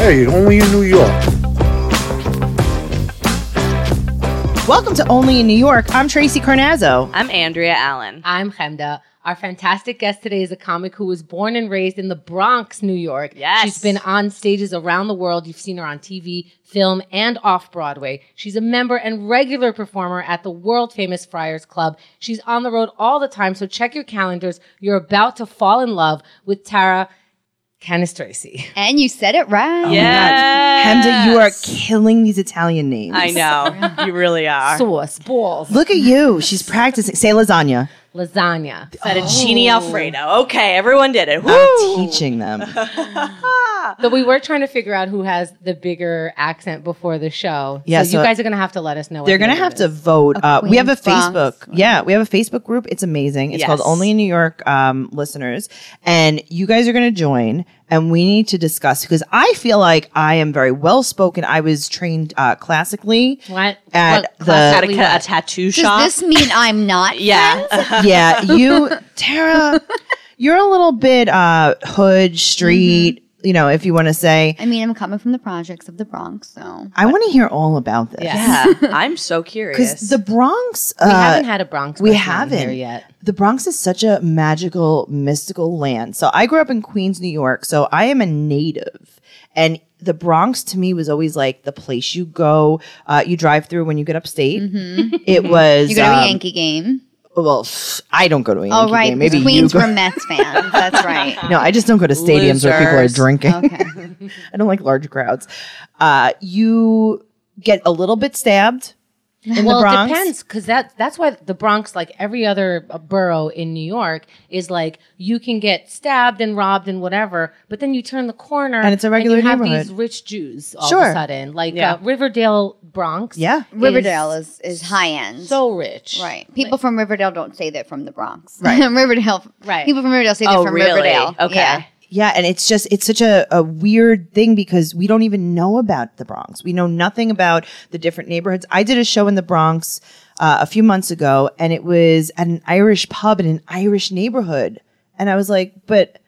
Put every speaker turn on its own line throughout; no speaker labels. Hey, only in New York.
Welcome to Only in New York. I'm Tracy Carnazzo.
I'm Andrea Allen.
I'm Chemda. Our fantastic guest today is a comic who was born and raised in the Bronx, New York.
Yes.
She's been on stages around the world. You've seen her on TV, film, and off Broadway. She's a member and regular performer at the world famous Friars Club. She's on the road all the time, so check your calendars. You're about to fall in love with Tara Canistraci.
And you said it right.
Yes.
Hemda, you are killing these Italian names.
I know. you really are.
Sauce, balls,
Look at you. She's practicing. Say lasagna.
lasagna.
Fettuccine Alfredo. Okay, everyone did it.
I'm
Woo!
teaching them.
So we were trying to figure out who has the bigger accent before the show.
Yeah,
so,
so
you guys are gonna have to let us know. at
They're
the
gonna
end of
have
this.
to vote. Uh, we have a
Queen's Bronx
Facebook. Yeah, we have a Facebook group. It's amazing. It's called
Yes.
Only in New York um, listeners, and you guys are gonna join. And we need to discuss because I feel like I am very well spoken. I was trained uh, classically.
What?
At
What
the-
class
At
did
a,
we
ca- a
let?
tattoo
Does
shop.
this mean I'm not?
yeah.
yeah, you, Tara, you're a little bit uh, hood street.
Mm-hmm.
You know, if you want to say.
I mean, I'm coming from the projects of the Bronx, so.
I want to hear all about this.
yeah. I'm so curious.
Because the Bronx,
we
uh,
haven't had a Bronx.
we
person on
haven't.
here yet.
the Bronx is such a magical, mystical land. So I grew up in Queens, New York. So I am a native. And the Bronx to me was always like the place you go, uh, you drive through when you get upstate.
Mm-hmm.
It was.
You go to
um,
a Yankee game.
Well, pff, I don't go to a Yankee
Oh, right.
game. Maybe you
Queens
go.
were Mets fans. That's right.
No, I just don't go to stadiums where people are
Losers.
drinking.
Okay.
I don't like large crowds. Uh, you get a little bit stabbed in
well,
the Bronx.
it depends because that that's why the Bronx, like every other uh, borough in New York, is like you can get stabbed and robbed and whatever, but then you turn the corner
And it's a regular
you have
neighborhood.
these rich Jews all of
Sure.
a sudden, like
Yeah.
uh, Riverdale Bronx.
Yeah.
Riverdale is, is high end.
so rich,
right. People from Riverdale don't say that from the Bronx. Right. Riverdale.
Right.
People from Riverdale say that
oh,
from
really?
Riverdale.
Okay.
Yeah.
Yeah, and it's just it's such a, a weird thing because we don't even know about the Bronx. We know nothing about the different neighborhoods. I did a show in the Bronx uh, a few months ago, and it was at an Irish pub in an Irish neighborhood, and I was like, "But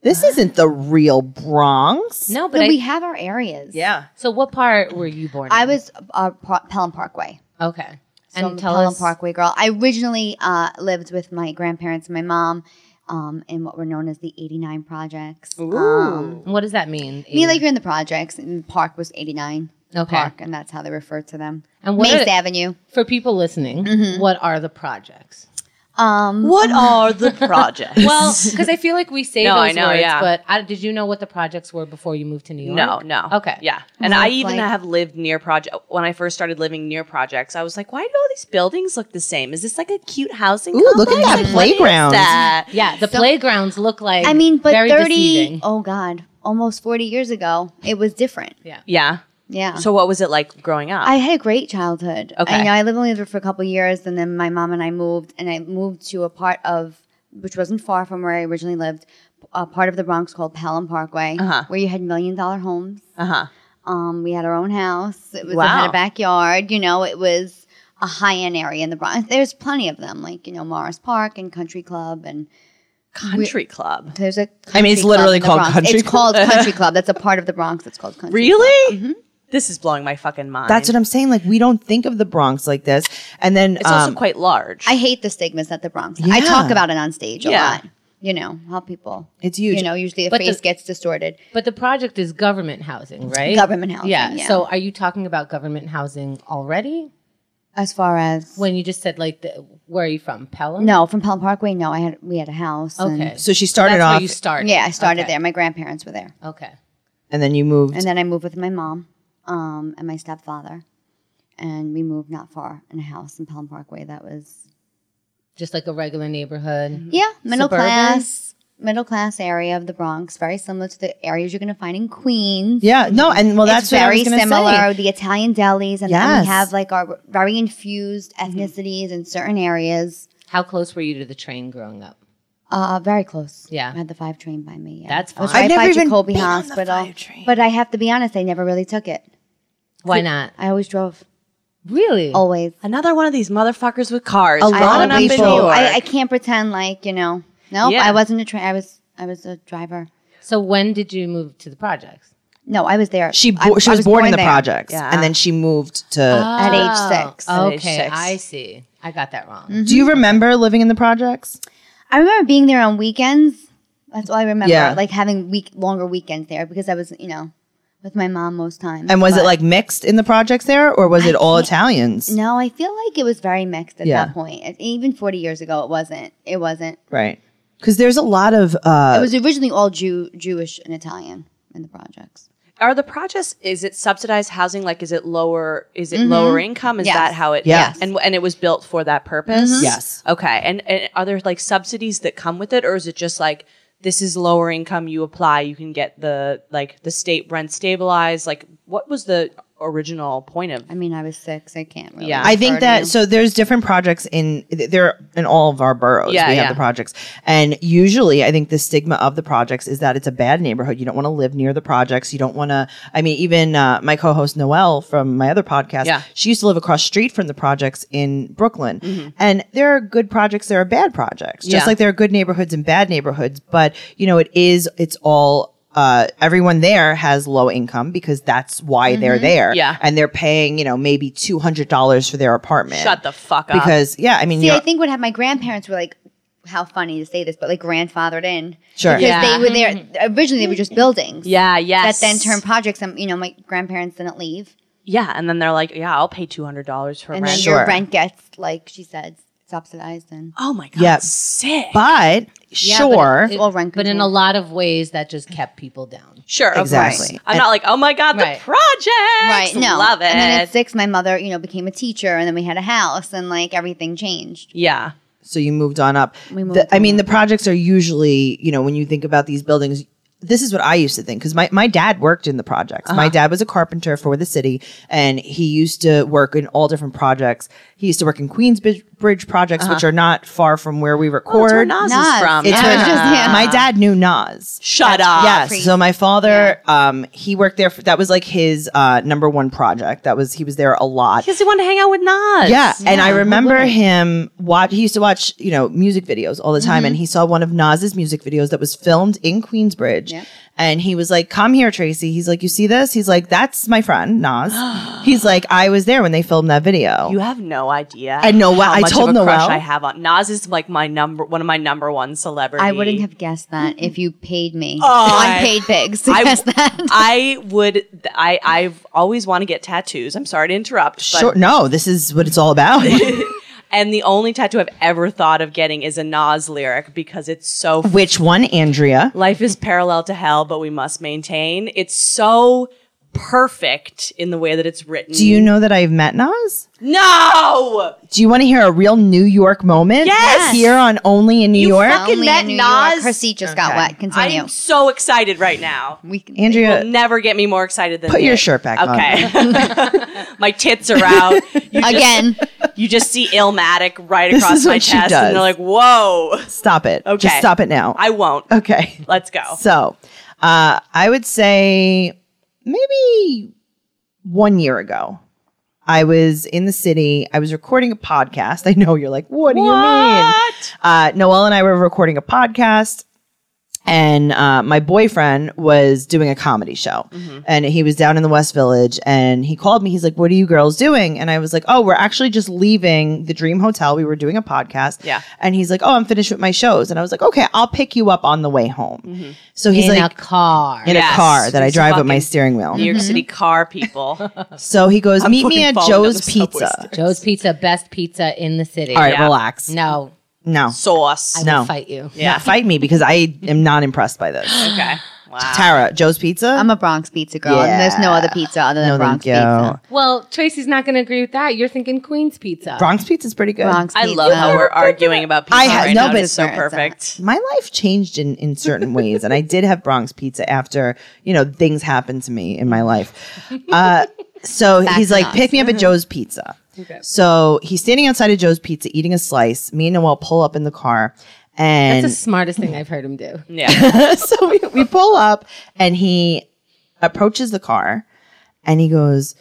this is isn't the real Bronx."
No, but
But
I-
we have our areas.
Yeah.
so what part were you born?
I
in?
was uh, Par- Pelham Parkway.
okay.
So I'm a Pelham Parkway girl. I originally uh, lived with my grandparents and my mom um, in what were known as the 89 Projects. Ooh. Um,
What does that mean?
I mean, like you're in the projects, and the park was 89
Okay.
Park, and that's how they refer to them.
And what
Mace
are the-
Avenue.
for people listening,
Mm-hmm.
what are the projects?
Um,
what are the projects?
Well, because I feel like we say
No,
those
I know,
words,
yeah.
but I, did you know what the projects were before you moved to New York?
No, no.
Okay.
Yeah. And
Well,
I
it's
even
like-
have lived near project when I first started living near projects. I was like, why do all these buildings look the same? Is this like a cute housing?
Ooh, look at
complex?
that
Like, what is
playground.
that?
Yeah, the playgrounds look like
I mean, but
very
30,
deceiving.
oh God, almost 40 years ago, it was different.
Yeah.
Yeah.
So what was it like growing up?
I had a great childhood.
Okay.
I, you know, I lived only there for a couple of years, and then my mom and I moved, and I moved to a part of which wasn't far from where I originally lived, a part of the Bronx called Pelham Parkway,
Uh-huh.
where you had million dollar homes.
uh huh.
Um, we had our own house. It was it
Wow.
had a backyard. You know, it was a high end area in the Bronx. There's plenty of them, like you know Morris Park and Country Club, and
Country club.
there's a.
I mean, it's
country club
literally
in the
called
Bronx.
Country
It's
Club.
called Country Club. That's a part of the Bronx. that's called Country.
Really? This is blowing my fucking mind.
That's what I'm saying. Like we don't think of the Bronx like this, and then
It's also
um,
quite large.
I hate the stigmas at the Bronx. I talk about it on stage a
Yeah.
lot. you know, help people.
It's huge.
You know, usually the
But
face
the-
gets distorted.
But the project is government housing, right?
Government housing,
Yeah.
yeah.
So are you talking about government housing already?
As far as
When you just said like, the, where are you from, Pelham?
no, from Pelham Parkway, no, I had we had a house. and-
Okay.
So she started
That's how
off,
you started.
yeah, I started
Okay.
there. My grandparents were there,
Okay.
and then you moved.
and then I moved with my mom um, and my stepfather, and we moved not far in a house in Pelham Parkway that was
Just like a regular neighborhood.
yeah middle
Suburban?
class middle class area of the Bronx, very similar to the areas you're going to find in Queens.
yeah, no, and well, that's
it's
what I
very
was gonna
similar.
say.
The Italian delis, and then
Yes. Mm-hmm.
we have like our very infused ethnicities in certain areas.
How close were you to the train growing up?
Uh, very close.
Yeah.
I had the five train by me. Yeah.
That's
I was
fine.
right
I've
by
never even
Jacoby
been on the
Hospital.
five train.
But I have to be honest, I never really took it.
Why not?
I always drove.
Really?
Mm.
Always.
Another one of these motherfuckers with cars.
A lot of
Growing up in
people.
New York.
I, I can't pretend like you know. No,
Yeah.
I wasn't a train. I was. I was a driver.
So when did you move to the projects?
No, I was there.
She
I-
bo- she
I
was, born, in the
there Uh-huh.
projects, and then she moved to.
at age six.
Oh. age
Okay,
six.
I see. I got that wrong.
Do you remember living in the projects?
I remember being there on weekends. That's all I remember.
Yeah.
Like having week longer weekends there because I was you know with my mom most times.
And was it
But-
like mixed in the projects there, or was it all Italians?
No, I feel like it was very mixed at
Yeah.
that point. And Even 40 years ago, it wasn't. It wasn't.
Right. Because there's a lot of
it
uh,
was originally all Jew, Jewish and Italian in the projects.
Are the projects? Is it subsidized housing? Like, is it lower? Is it lower income? Is
Mm-hmm. Yes. Mm-hmm.
that how it?
Yes.
And and it was built for that purpose.
Yes.
Okay. And and are there like subsidies that come with it, or is it just like this is lower income? You apply, you can get the like the state rent stabilized. Like, what was the original point of?
I mean, I was six. I can't really.
Yeah.
I think
refer to
that
you.
so there's different projects in th- there in all of our boroughs.
Yeah,
we have
yeah.
the projects, and usually I think the stigma of the projects is that it's a bad neighborhood. You don't want to live near the projects. You don't want to. I mean, even uh, my co-host Noelle from my other podcast,
Yeah.
she used to live across street from the projects in Brooklyn, and there are good projects, there are bad projects, just
Mm-hmm. Yeah.
like there are good neighborhoods and bad neighborhoods. But you know, it is it's all. Uh, everyone there has low income because that's why
Mm-hmm.
they're there
Yeah.
and they're paying, you know, maybe two hundred dollars for their apartment.
Shut the fuck up.
Because yeah, I mean,
See,
you're-
I think what had my grandparents were like, how funny to say this, but like grandfathered in.
Sure.
Because
Yeah.
they were there. Originally, they were just buildings.
yeah. Yes.
That then turned projects. And, you know, my grandparents didn't leave.
Yeah. And then they're like, yeah, I'll pay two hundred dollars for
And
rent.
then
Sure.
your rent gets, like she said, subsidized. And
oh my god.
Yeah.
Sick.
but
Yeah, but
sure,
it- it-
all rent
but in a
control.
lot of ways, that just kept people down.
Sure, of
Exactly.
course. I'm not like, oh my god,
Right.
the projects.
right no
love it.
and then at six my mother you know became a teacher and then we had a house and like everything changed
yeah,
so you moved on up.
We moved
The- I
on
mean, the projects are usually, you know, when you think about these buildings, this is what I used to think because my, my dad worked in the projects. My dad was a carpenter for the city and he used to work in all different projects. He used to work in Queensbridge projects, which are not far from where we record.
where Nas is
Nas.
from.
It's
Yeah.
where-
It's just- yeah.
My dad knew Nas.
Shut up.
Yes. So my father, um, he worked there. For, that was like his uh, number one project. That was he was there a lot.
Because he wanted to hang out with Nas.
Yeah, and I remember him watch. He used to watch, you know, music videos all the time, and he
Mm-hmm.
saw one of Nas's music videos that was filmed in Queensbridge, and he was like, "Come here, Tracy." He's like, "You see this?" He's like, "That's my friend Nas." He's like, "I was there when they filmed that video."
You have no idea.
I know,
How
I
much
told
of a crush
Noelle.
I have on Nas is like my number one of my number one celebrity.
i wouldn't have guessed that if you paid me
Oh,
on
I-
paid pigs to
I,
guess that
I would. I I've always want to get tattoos. I'm sorry to interrupt. But,
sure. No, this is what it's all about.
And the only tattoo I've ever thought of getting is a Nas lyric because it's so. F-
Which one, Andrea?
Life is parallel to hell, but we must maintain. It's so perfect in the way that it's written.
Do you know that I've met Nas?
No.
Do you want to hear a real New York moment?
Yes.
Here on Only in New York.
fucking
Only in
met
New
Nas.
York. her seat just got wet continue
I'm so excited right now.
we can
Andrea,
Never get me more excited than
Uh, put your
this.
shirt back on.
Okay. my tits are out. You
again
Just, you just see Illmatic right
This
across
is
my
what she
chest,
does.
and they're like, "Whoa!"
Stop it.
Okay.
Just stop it now.
I won't.
okay.
Let's go.
So, uh, I would say maybe one year ago, I was in the city. I was recording a podcast. I know you're like, what do you mean? mm-hmm.
What?
Uh, Noelle and I were recording a podcast. and uh, my boyfriend was doing a comedy show
Mm-hmm.
and he was down in the west village and he called me he's like what are you girls doing and i was like oh we're actually just leaving the dream hotel we were doing a podcast
Yeah.
and he's like oh i'm finished with my shows and i was like okay i'll pick you up on the way home so he's
in
like
a car.
in
Mm-hmm. Yes.
a car that i
He's a
drive with my
fucking-
steering wheel
New York City car people.
so he goes meet
fucking
me at
falling down
joe's
the subway
pizza
stairs.
Joe's Pizza, best pizza in the city.
all right
Yeah.
relax
No,
no
Sauce.
No.
I'll fight you.
Yeah.
Not fight me because i am not impressed by this
Okay. Wow.
tara joe's pizza
I'm a Bronx pizza girl, and there's no other pizza other than
no,
Bronx
thank you.
pizza.
Well, Tracy's not going to agree with that. You're thinking Queen's Pizza.
Bronx pizza's pretty good.
Bronx
I
pizza.
love how we're arguing about pizza
I had-
right
no,
now.
but
It's so
it's-
perfect.
My life changed in, in certain ways, and I did have Bronx pizza after you know things happened to me in my life. Uh, so he's like, pick me up at Joe's Pizza. So he's standing outside of Joe's Pizza eating a slice. Me and Noel pull up in the car, and
That's the smartest thing I've heard him do.
Yeah.
so we, we pull up and he approaches the car and he goes,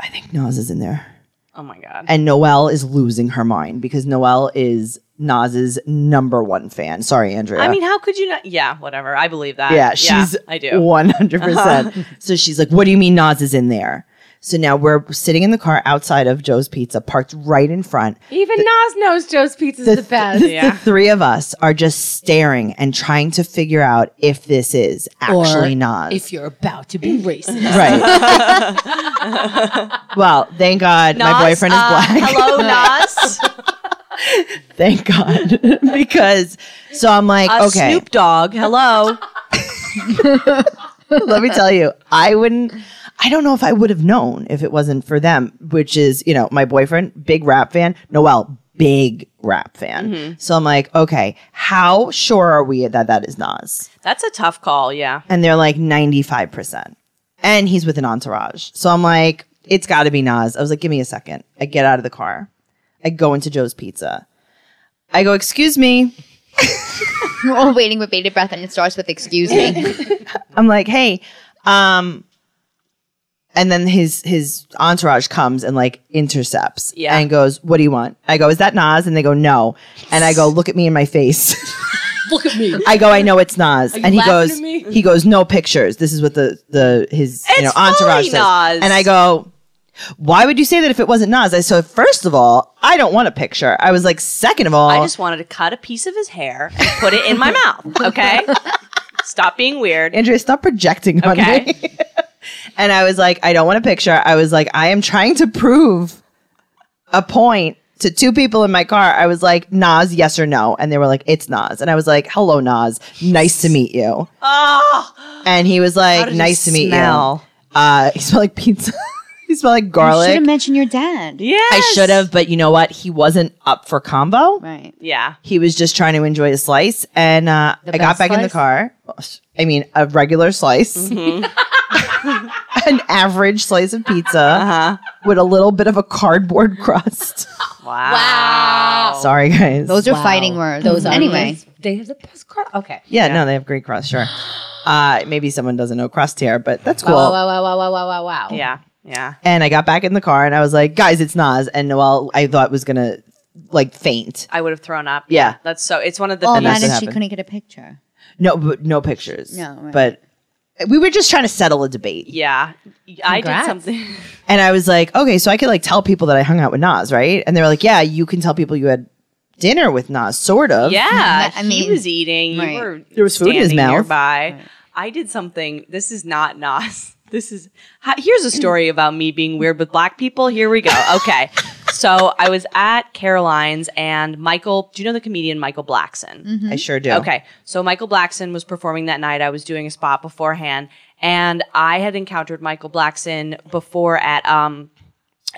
I think Nas is in there.
Oh my god.
And Noelle is losing her mind because Noelle is Nas's number one fan. Sorry, Andrea.
I mean, how could you not? Yeah, whatever. I believe that.
yeah, she's
I do.
100%. percent So she's like, What do you mean Nas is in there? So now we're sitting in the car outside of Joe's Pizza, parked right in front.
Even Nas knows Joe's Pizza's the, best.
Yeah.
The three of us are just staring and trying to figure out if this is actually Nas.
If you're about to be racist.
Right. well, thank God my
Nas,
boyfriend is
uh,
black.
Hello, Nas.
Thank God. because so I'm like,
Uh,
okay,
Snoop Dogg. Hello.
let me tell you, I wouldn't I don't know if I would have known if it wasn't for them, which is, you know, my boyfriend, big rap fan, Noel, big rap fan. So I'm like, okay, how sure are we that that is Nas?
That's a tough call. Yeah.
and they're like 95%. And he's with an entourage. So I'm like, it's got to be Nas. I was like, give me a second. I get out of the car. I go into Joe's Pizza. I go, excuse me.
We're all waiting with bated breath, and it starts with "Excuse me."
I'm like, hey, um, and then his his entourage comes and like intercepts
Yeah.
and goes, "What do you want?" I go, "Is that Nas?" And they go, "No." And I go, "Look at me in my face."
Look at me.
I go, "I know it's Nas." And he
laughing
goes,
at me?
"He goes, no pictures." This is what the the his you know
It's
entourage
fully
says.
Nas.
And I go, "Why would you say that if it wasn't Nas?" I so first of all, I don't want a picture. I was like, second of all,
I just wanted to cut a piece of his hair and put it in my mouth. Okay. Stop being weird.
Andrea, stop projecting on
Okay.
me. and I was like, I don't want a picture. I was like, I am trying to prove a point to two people in my car. I was like, Nas, yes or no? And they were like, it's Nas. And I was like, hello, Nas. Nice to meet you.
oh,
And he was like,
did he
nice to meet
smell?
you. Uh, he smelled like pizza. he smelled like
you should
garlic.
have mentioned your dad.
yeah.
I should have, but you know what? He wasn't up for combo.
Right.
Yeah.
He was just trying to enjoy a slice, and uh, I got
best
back in the
slice?
car. I mean, a regular slice, an average slice of pizza with a little bit of a cardboard crust.
Wow.
Sorry, guys.
Those are
Wow.
fighting words.
Those are
anyway.
nice. They have the best crust. Okay.
yeah, no, they have great crust. Sure. Uh, maybe someone doesn't know crust here, but that's cool.
Wow, wow, wow, wow, wow, wow, wow, wow.
Yeah. Yeah.
And I got back in the car, and I was like, "Guys, it's Nas." And Noel, I thought was gonna like faint.
I would have thrown up.
Yeah. Oh,
That's so, it's one of the
All
best.
that
that's
Oh, and
what
she
happened.
couldn't get a picture.
No, but no pictures.
No, right.
but we were just trying to settle a debate.
Yeah. I did
Congrats.
something.
And I was like, okay, so I could like tell people that I hung out with Nas, right? And they were like, yeah, you can tell people you had dinner with Nas, sort of.
Yeah,
Mm-hmm. I
he
mean-
was eating. You
Right.
were
There was food in his
standing
mouth.
Nearby. I did something. This is not Nas. This is ha- here's a story about me being weird with black people. Here we go. Okay, so I was at Caroline's and Michael. Do you know the comedian Michael Blackson?
Mm-hmm.
I sure do.
Okay. So Michael Blackson was performing that night. I was doing a spot beforehand, and I had encountered Michael Blackson before at um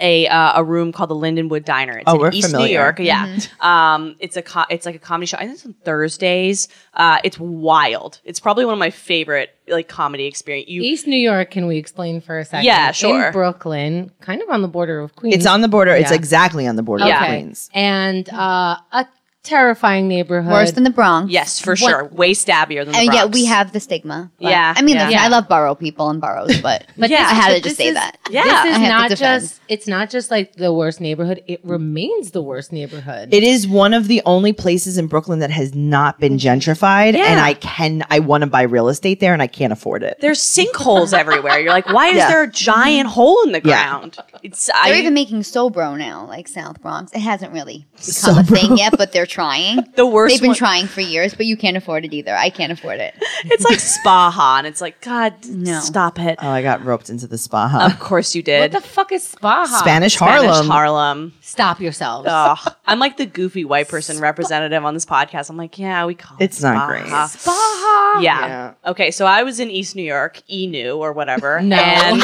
a uh, a room called the Lindenwood Diner. It's
Oh,
in
we're
East
familiar.
New York. Yeah.
Mm-hmm.
Um, it's a co- it's like a comedy show. I think it's on Thursdays. Uh, it's wild. It's probably one of my favorite like comedy experience. You
East New York, can we explain for a second?
Yeah, sure.
In Brooklyn, kind of on the border of Queens.
It's on the border. It's
Yeah.
exactly on the border
Yeah.
of
Okay.
Queens.
And uh, a terrifying neighborhood.
Worse than the Bronx.
Yes, for sure. Way stabbier than the
And
Bronx.
yet Uh, we have the stigma. But-
Yeah,
I mean,
yeah.
listen, I love borough people and boroughs, but, but
Yeah.
I had
but
to just say
is,
that.
Yeah.
This
I
is
have to
not
defend.
just it's not just like the worst neighborhood. It remains the worst neighborhood.
It is one of the only places in Brooklyn that has not been gentrified, and
Mm-hmm. Yeah.
I can I want to buy real estate there, and I can't afford it.
There's sinkholes everywhere. You're like, why is there a giant hole in the ground? It's
They're
I,
even making Sobro now, like South Bronx. It hasn't really become a thing yet, but they're trying.
the worst.
They've been
one-
trying for years, but you can't afford it either. I can't afford it.
It's like Spaha, and it's like, God, stop it.
Oh, I got roped into the spa. Huh?
Of course you
Uh,
did.
What the fuck is Spa? Hop?
Spanish Harlem.
Uh-huh. Spanish Oh, Harlem.
Stop yourselves.
Ugh. I'm like the goofy white person representative on this podcast. I'm like, yeah, we call it
It's not
Spaha.
great.
Yeah. Okay, so I was in East New York, Enu or whatever.
No.
And,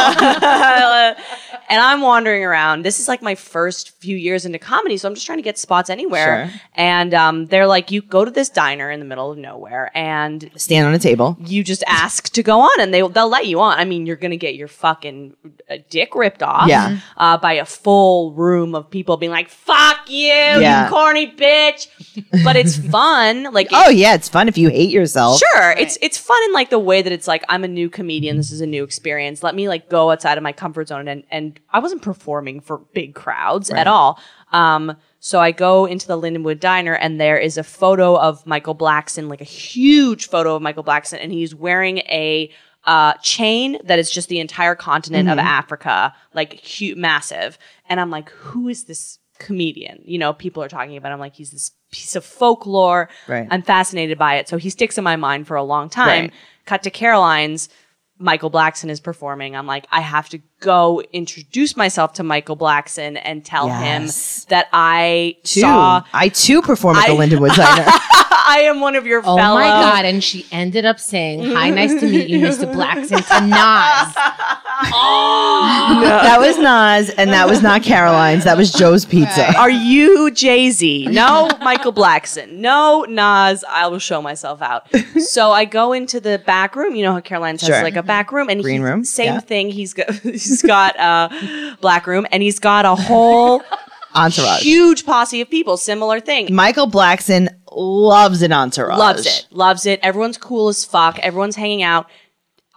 uh, and I'm wandering around. This is like my first few years into comedy, so I'm just trying to get spots anywhere.
Sure.
And um, they're like, you go to this diner in the middle of nowhere and
Stand on a table.
you just ask to go on and they, they'll let you on. I mean, you're going to get your fucking uh, dick ripped off
Yeah.
uh, by a full room of people being like, fuck you,
Yeah.
you corny bitch. But it's fun. Like,
Oh yeah, it's fun if you hate yourself.
Sure, it's it's fun in like the way that it's like I'm a new comedian. This is a new experience. Let me like go outside of my comfort zone and and I wasn't performing for big crowds at all. Um, so I go into the Lindenwood Diner and there is a photo of Michael Blackson, like a huge photo of Michael Blackson, and he's wearing a uh, chain that is just the entire continent of Africa, like huge, massive. And I'm like, who is this comedian? You know, people are talking about. Him. I'm like, he's this piece of folklore.
Right.
I'm fascinated by it. So he sticks in my mind for a long time. Cut to Caroline's. Michael Blackson is performing. I'm like, I have to go introduce myself to Michael Blackson and tell
Yes.
him that I
Too.
saw,
I too perform at the
I-
Lindenwood Diner.
I am one of your
Oh
fellow.
my god! And she ended up saying, "Hi, nice to meet you, Mr. Blackson." To Nas,
That was Nas, and that was not Caroline's. That was Joe's Pizza.
Are you Jay Z? No, Michael Blackson. No, Nas. I will show myself out. So I go into the back room. You know how Caroline's
Sure.
has like a back room and
Green
he-
room,
Same
yeah.
thing. He's got he's got a black room and he's got a whole
Entourage.
huge posse of people. Similar thing.
Michael Blackson loves an entourage.
Loves it. Loves it. Everyone's cool as fuck. Everyone's hanging out.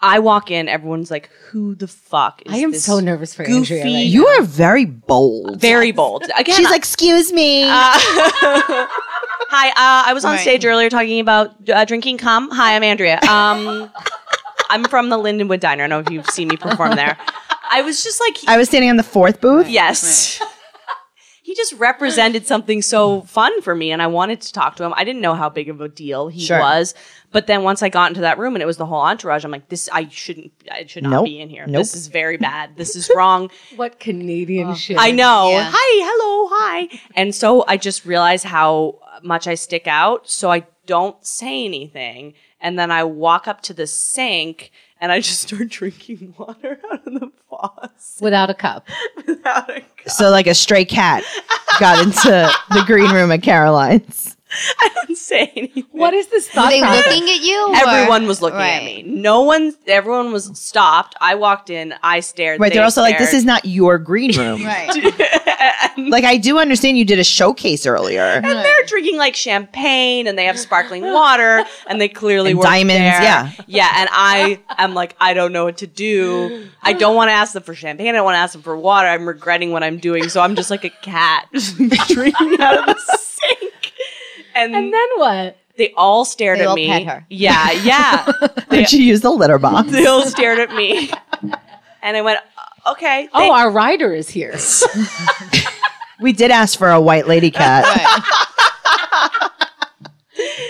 I walk in. Everyone's like, "Who the fuck?" Is
I am
this
so nervous for
goofy.
Andrea. right
You are very bold.
Very Uh, bold. Again,
She's like, excuse me.
Hi, uh, I was on
Right.
stage earlier talking about uh, drinking cum. Hi, I'm Andrea. Um, I'm from the Lindenwood Diner. I don't know if you've seen me perform there. I was just like,
I was standing on the fourth booth.
yes. He just represented something so fun for me, and I wanted to talk to him. I didn't know how big of a deal he
Sure.
was, but then once I got into that room and it was the whole entourage, I'm like, "This, I shouldn't, I should not
Nope.
be in here.
Nope.
This is very bad. This is wrong."
now. What Canadian shit?
I know.
Yeah.
Hi, hello, hi. And so I just realized how much I stick out. So I don't say anything. And then I walk up to the sink and I just start drinking water out of the faucet
Without a cup.
without a cup.
So like a stray cat got into the green room at Caroline's.
I don't say anything.
What is this
Are
thought
they
process?
looking at you? or-
Everyone was looking at me.
Right.
No one, everyone was stopped. I walked in, I stared.
Right.
they
They're also like, this is
stared.
not your green room.
Right.
Like I do understand you did a showcase earlier.
And they're drinking like champagne and they have sparkling water and they clearly
And
work
diamonds,
there.
yeah.
Yeah. And I am like, I don't know what to do. I don't want to ask them for champagne. I don't want to ask them for water. I'm regretting what I'm doing. So I'm just like a cat drinking out of the sink. And,
And then what?
they all stared
They
at
all
me.
pet her.
Yeah. Yeah.
Did you use the litter box?
they all stared at me. And I went, okay.
Oh,
thank-
our rider is here.
We did ask for a white lady cat.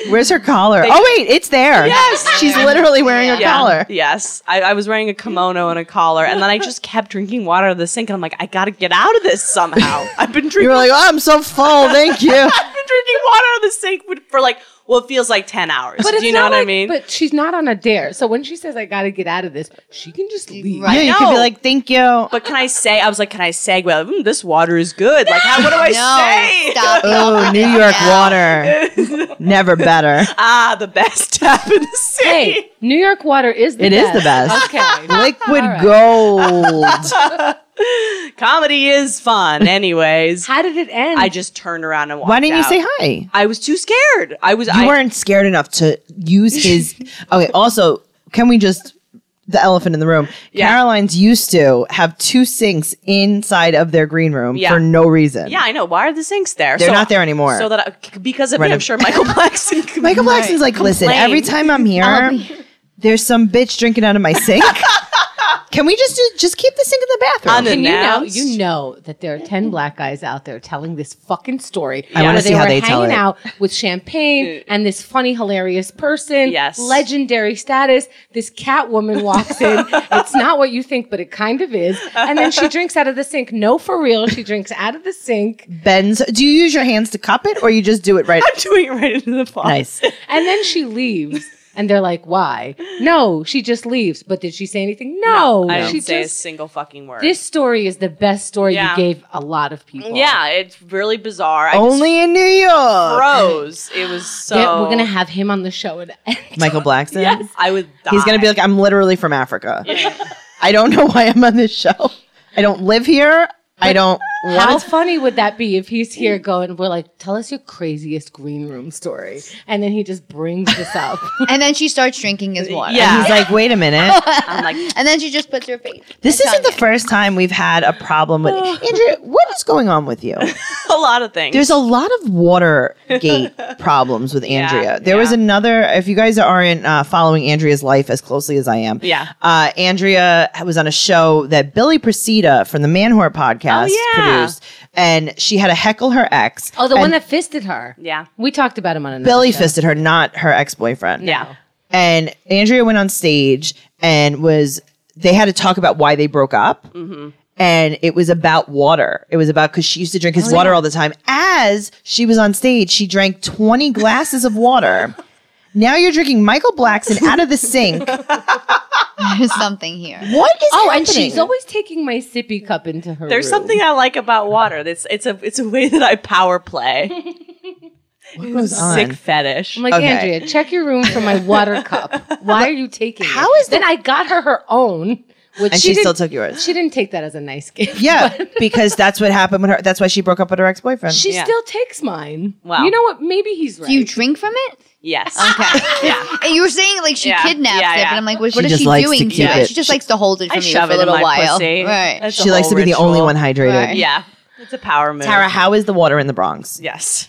Where's her collar? oh wait, it's there. Yes, she's literally wearing a
Yeah.
collar.
Yes. I, I was wearing a kimono and a collar, and then I just kept drinking water out of the sink. And I'm like, I gotta get out of this somehow. I've been
You
drinking,
were like, oh, I'm so full. Thank you.
I've been drinking water out of the sink for- for like, well, it feels like ten hours.
But it's
Do you know
not
what I
like-
mean?
But she's not on a dare. So when she says, I got to get out of this, she can just leave.
Yeah,
Right.
you could
know.
be like, thank you.
But can I say? I was like, can I segue? Like, "Mm, this water is good. Like, how, what do I
No.
say?
Stop.
Oh, New York water. Never better.
Ah, the best tap in the city.
Hey, New York water is the
It is
best.
the best.
Okay.
Liquid gold.
comedy is fun, anyways.
How did it end?
I just turned around and walked.
Why didn't you
out.
say hi?
I was too scared. I was.
You
I,
weren't scared enough to use his. okay. Also, can we just the elephant in the room?
Yeah.
Caroline's used to have two sinks inside of their green room
Yeah.
for no reason.
Yeah, I know. Why are the sinks there?
They're not there anymore.
So that I, because of
Right.
him, sure Michael Blackson.
Michael Blackson's like, listen,
Complain.
every time I'm here,
Um,
there's some bitch drinking out of my sink. Can we just do, just keep the sink in the bathroom?
On the-
And you know,
announced.
you know that there are ten black guys out there telling this fucking story.
I wanna
where
see how
were
they tell
hanging
it.
out with champagne and this funny, hilarious person.
Yes.
legendary status. This cat woman walks in. it's not what you think, but it kind of is. And then she drinks out of the sink. No, for real, she drinks out of the sink.
Ben's. Do you use your hands to cup it, or you just do it right?
I'm doing it right into the pot.
nice.
And then she leaves. And they're like, why? No, she just leaves. But did she say anything? No.
I didn't
she
say a
just.
single fucking word.
This story is the best story
Yeah.
you gave a lot of people.
yeah, it's really bizarre. I
Only in New
just
York.
froze. It was so.
Yeah, we're gonna have him on the show. And
Michael Blackson.
Yes, I would. Die.
He's gonna be like, I'm literally from Africa. I don't know why I'm on this show. I don't live here. I don't.
how
Want to-
funny would that be if he's here going, we're like, tell us your craziest green room story, and then he just brings this up.
And then she starts drinking his water.
Yeah.
He's like, wait a minute.
I'm like,
And then she just puts her face.
This isn't the first time we've had a problem with Andrea. What is going on with you?
a lot of things.
There's a lot of water gate problems with Andrea. there was
yeah.
another. If you guys aren't uh, following Andrea's life as closely as I am,
Yeah.
uh, Andrea was on a show that Billy Presida from the Man Whore podcast
Oh, yeah.
produced, and she had to heckle her ex.
Oh, the one
And
that fisted her.
Yeah.
we talked about him on another.
Billy
show.
fisted her, not her ex boyfriend.
yeah.
and Andrea went on stage and was they had to talk about why they broke up. And it was about water. It was about because she used to drink his water all the time. As she was on stage, she drank 20 glasses of water. Now you're drinking Michael Blackson out of the sink. What is
There's something here.
Oh,
happening?
and she's always taking my sippy cup into her.
There's
room.
something I like about water. It's it's a it's a way that I power play.
what goes on?
Sick fetish.
I'm like
Okay.
Andrea, check your room for my water cup. Why are you taking?
How
it?
is
then? I got her her own, which
and she, still
didn't-
took yours.
She didn't take that as a nice gift.
yeah, because that's what happened with her. That's why she broke up with her ex boyfriend.
She
Yeah.
still takes mine.
Wow.
You know what? Maybe he's right.
Do you drink from it?
Yes.
Uh,
Okay.
Yeah.
And you were saying like she
Yeah.
kidnapped
Yeah,
it,
yeah.
but I'm like, what, what is
just
she
likes to
doing
keep
to it?
it.
She just likes to hold it
I
from you
shove
for a
it in
little
my
while,
pussy.
right?
That's
She
a
likes to
whole
be the only
ritual.
one hydrated.
Right.
Yeah. It's a power move.
Tara, how is the water in the Bronx?
Yes.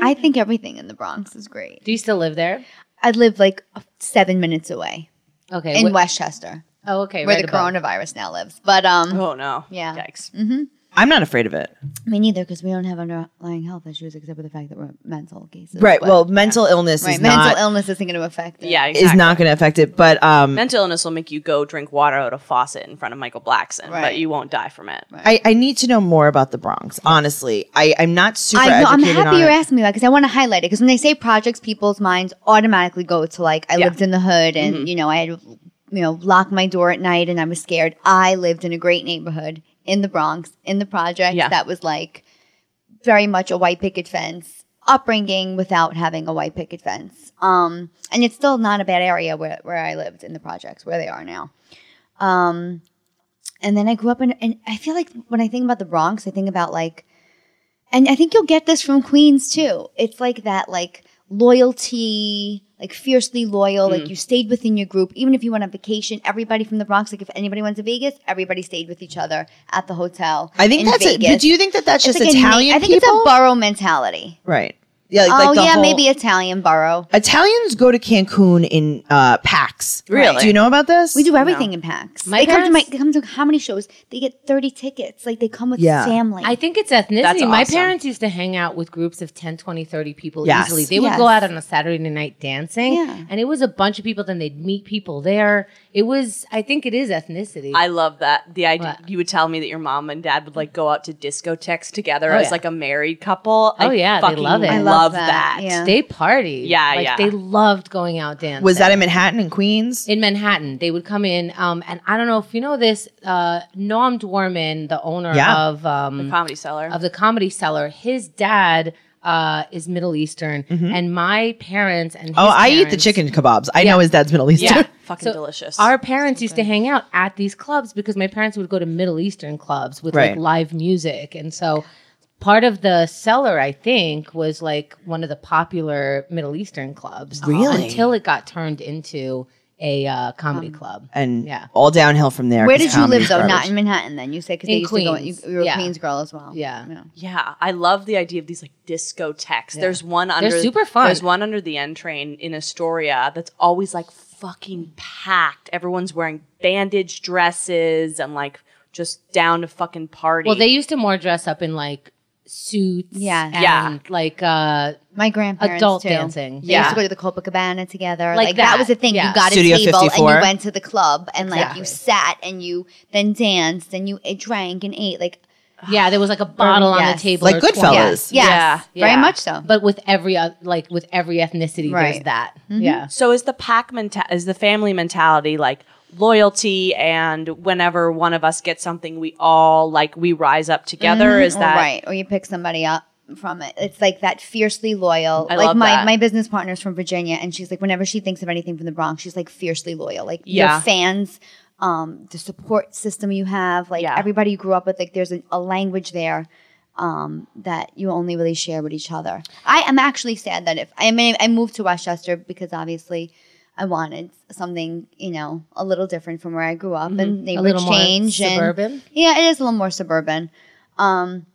I think everything in the Bronx is great.
Do you still live there?
I live like seven minutes away
Okay.
in
what-
Westchester,
Oh, okay.
where
right
the
above.
coronavirus now lives. But um,
Oh no.
Yeah.
Yikes.
Mm. I'm not afraid of it.
me neither, because we don't have underlying health issues except for the fact that we're mental cases.
Right.
but-
Well, mental illness
right,
is
mental
not
illness isn't going to affect it.
Yeah. Exactly.
is not going to affect it. But um,
Mental illness will make you go drink water out of faucet in front of Michael Blackson, but
Right.
you won't die from it.
I, I need to know more about the Bronx. Honestly, I I'm not super.
I know. I'm
educated
happy
on
you're
it.
asking me that because I want to highlight it. Because when they say projects, people's minds automatically go to like, I lived in the hood and,
Mm-hmm.
you know, I had, to, you know, lock my door at night and I was scared. I lived in a great neighborhood in the Bronx, in the project
Yeah.
that was like very much a white picket fence upbringing without having a white picket fence. Um, and it's still not a bad area where, where I lived in the projects where they are now. Um, and then I grew up in, and I feel like when I think about the Bronx, I think about like, and I think you'll get this from Queens too. It's like that, like loyalty, like fiercely loyal.
Mm.
Like you stayed within your group, even if you went on vacation. Everybody from the Bronx, like if anybody went to Vegas, everybody stayed with each other at the hotel.
I think
in
that's it.
Vegas.
But do you think that that's
It's
just
like a na-
Italian
I think
people?
it's a borough mentality.
right. Yeah. Like
oh
the
yeah,
whole-
maybe Italian borough.
Italians go to Cancun in uh, packs.
Really?
Do you know about this?
We do everything in packs.
My
they come to my,
parents-
they come to how many shows? They get thirty tickets. Like they come with
Yeah.
family.
I think it's ethnicity.
That's
My
awesome.
parents used to hang out with groups of 10, 20, 30 people
Yes.
easily. They would
Yes.
go out on a Saturday night dancing,
Yeah.
and it was a bunch of people. Then they'd meet people there. It was, I think it is ethnicity.
I love that. The idea
What?
you would tell me that your mom and dad would like go out to discotheques together
Oh,
as
yeah.
like a married couple.
Oh,
I
yeah, they
fucking
love it. I
Love,
love
that.
that, yeah.
they partied.
Yeah,
like,
yeah.
They loved going out dancing.
Was that in Manhattan and Queens?
in Manhattan? They would come in, um, and I don't know if you know this. Uh, Noam Dworman, the owner
Yeah.
of um,
Comedy seller.
of the comedy cellar his dad uh, is Middle Eastern, and my parents and his
Mm-hmm. Oh, I eat the
parents-
chicken kebabs. I know his dad's Middle Eastern.
Yeah.
Fucking delicious.
Our parents used to hang out at these clubs because my parents would go to Middle Eastern clubs with like
Right.
live music. And so part of the cellar, I think, was like one of the popular Middle Eastern clubs.
Really?
Until it got turned into a uh, comedy club.
And
Yeah.
all downhill from there.
Where
'cause
did you live
comedy's
though? Not
garbage.
in Manhattan then. You said because they
In
used
Queens.
to go. You, you were
Yeah.
a Queens girl as well.
Yeah.
Yeah, I love the idea of these like discotheques. There's one under
super fun.
There's one under the N train in Astoria that's always like fucking packed. Everyone's wearing bandage dresses and like just down to fucking party.
Well, they used to more dress up in like suits
Yeah.
and
Yeah.
like uh,
My grandparents
adult
too.
dancing.
They used to go to the Copacabana together.
Like
Like, that.
that.
was a thing.
Yeah.
You got
Studio
a table
54.
and you went to the club and like
Exactly.
you sat and you then danced and you uh, drank and ate. Like
Yeah, there was like a bottle on the
Yes.
table.
Like
or 20.
Goodfellas.
yes,
Yeah.
yes,
Yeah.
very
Yeah.
much so.
But with every oth- like with every ethnicity, there's
Right. Mm-hmm.
that. Yeah.
so is the pack menta- is the family mentality like loyalty and whenever one of us gets something, we all like we rise up together. Is
Or
that
Mm-hmm. right? Or you pick somebody up from it. It's like that fiercely loyal.
I
like
love
my
that.
my business partner's from Virginia, and she's like, whenever she thinks of anything from the Bronx, she's like fiercely loyal. Like
Yeah.
your fans, um, the support system you have, like
Yeah.
everybody you grew up with. Like there's a, a language there. Um, that you only really share with each other. I am actually sad that if I mean I moved to Westchester because obviously I wanted something you know a little different from where I grew up
Mm-hmm.
and
A
neighborhood
little
change
more
and
suburban.
yeah, it is a little more suburban. Um,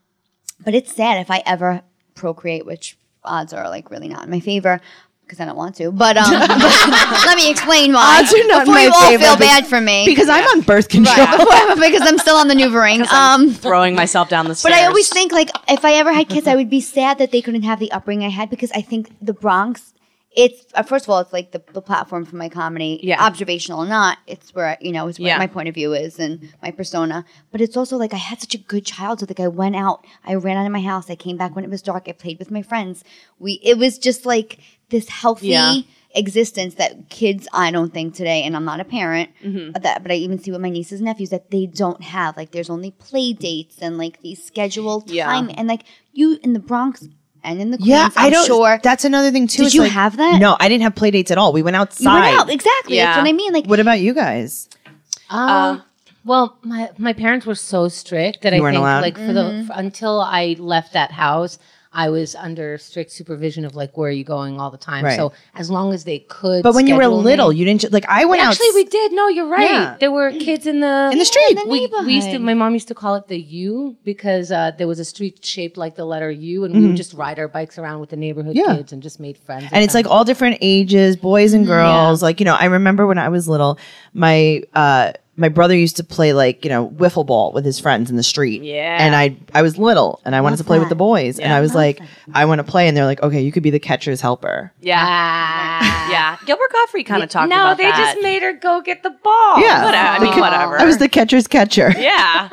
but it's sad if I ever procreate, which odds are like really not in my favor because I don't want to. But um, let me explain why.
Odds are not in
Before
my
you all
favor
feel
be-
bad for me.
Because I'm on birth control.
Right. because I'm still on the NuvaRing. Um,
throwing myself down the
but
stairs?
I always think like if I ever had kids, I would be sad that they couldn't have the upbringing I had because I think the Bronx. It's uh, first of all, it's like the, the platform for my comedy,
Yeah.
observational or not. It's where you know it's where
Yeah.
my point of view is and my persona. But it's also like I had such a good childhood. Like I went out, I ran out of my house, I came back when it was dark, I played with my friends. We it was just like this healthy
Yeah.
existence that kids I don't think today, and I'm not a parent,
Mm-hmm.
but that but I even see with my nieces and nephews that they don't have. Like there's only play dates and like these scheduled
Yeah.
time and like you in the Bronx and in the Queens,
Yeah,
I'm
I don't.
sure
That's another thing too.
Did
It's
you
like-
have that?
No, I didn't have play dates at all. We went
you
outside.
went out exactly.
Yeah.
That's what I mean. Like
What about you guys?
Ah.
Uh, well, my my parents were so strict that I
You weren't
think
allowed?
like for the
Mm-hmm.
f until I left that house, I was under strict supervision of like where are you going all the time.
Right.
So as long as they could,
But when you were
schedule me-
little, you didn't ju- like. I went out.
Actually, we did. No, you're right.
Yeah.
There were kids in the
in the street.
the
we, we used to
neighborhood.
my mom used to call it the U because uh, there was a street shaped like the letter U and we would just ride our bikes around with the neighborhood
Mm-hmm. Yeah.
kids and just made friends.
and it's like all different ages, boys and girls. Like you know, I remember when I was little, my uh, my brother used to play like you know wiffle ball with his friends in the street.
Yeah.
and I I was little and I wanted to play with the boys, and I was like, I want to play, and they're like, okay, you could be the catcher's helper.
yeah,
Ah,
yeah. Gilbert Gottfried kind of talked
no,
about
they
that.
just made her go get the ball.
Yeah,
Whatever. I
The
mean,
ca-
whatever.
I was the catcher's catcher.
yeah.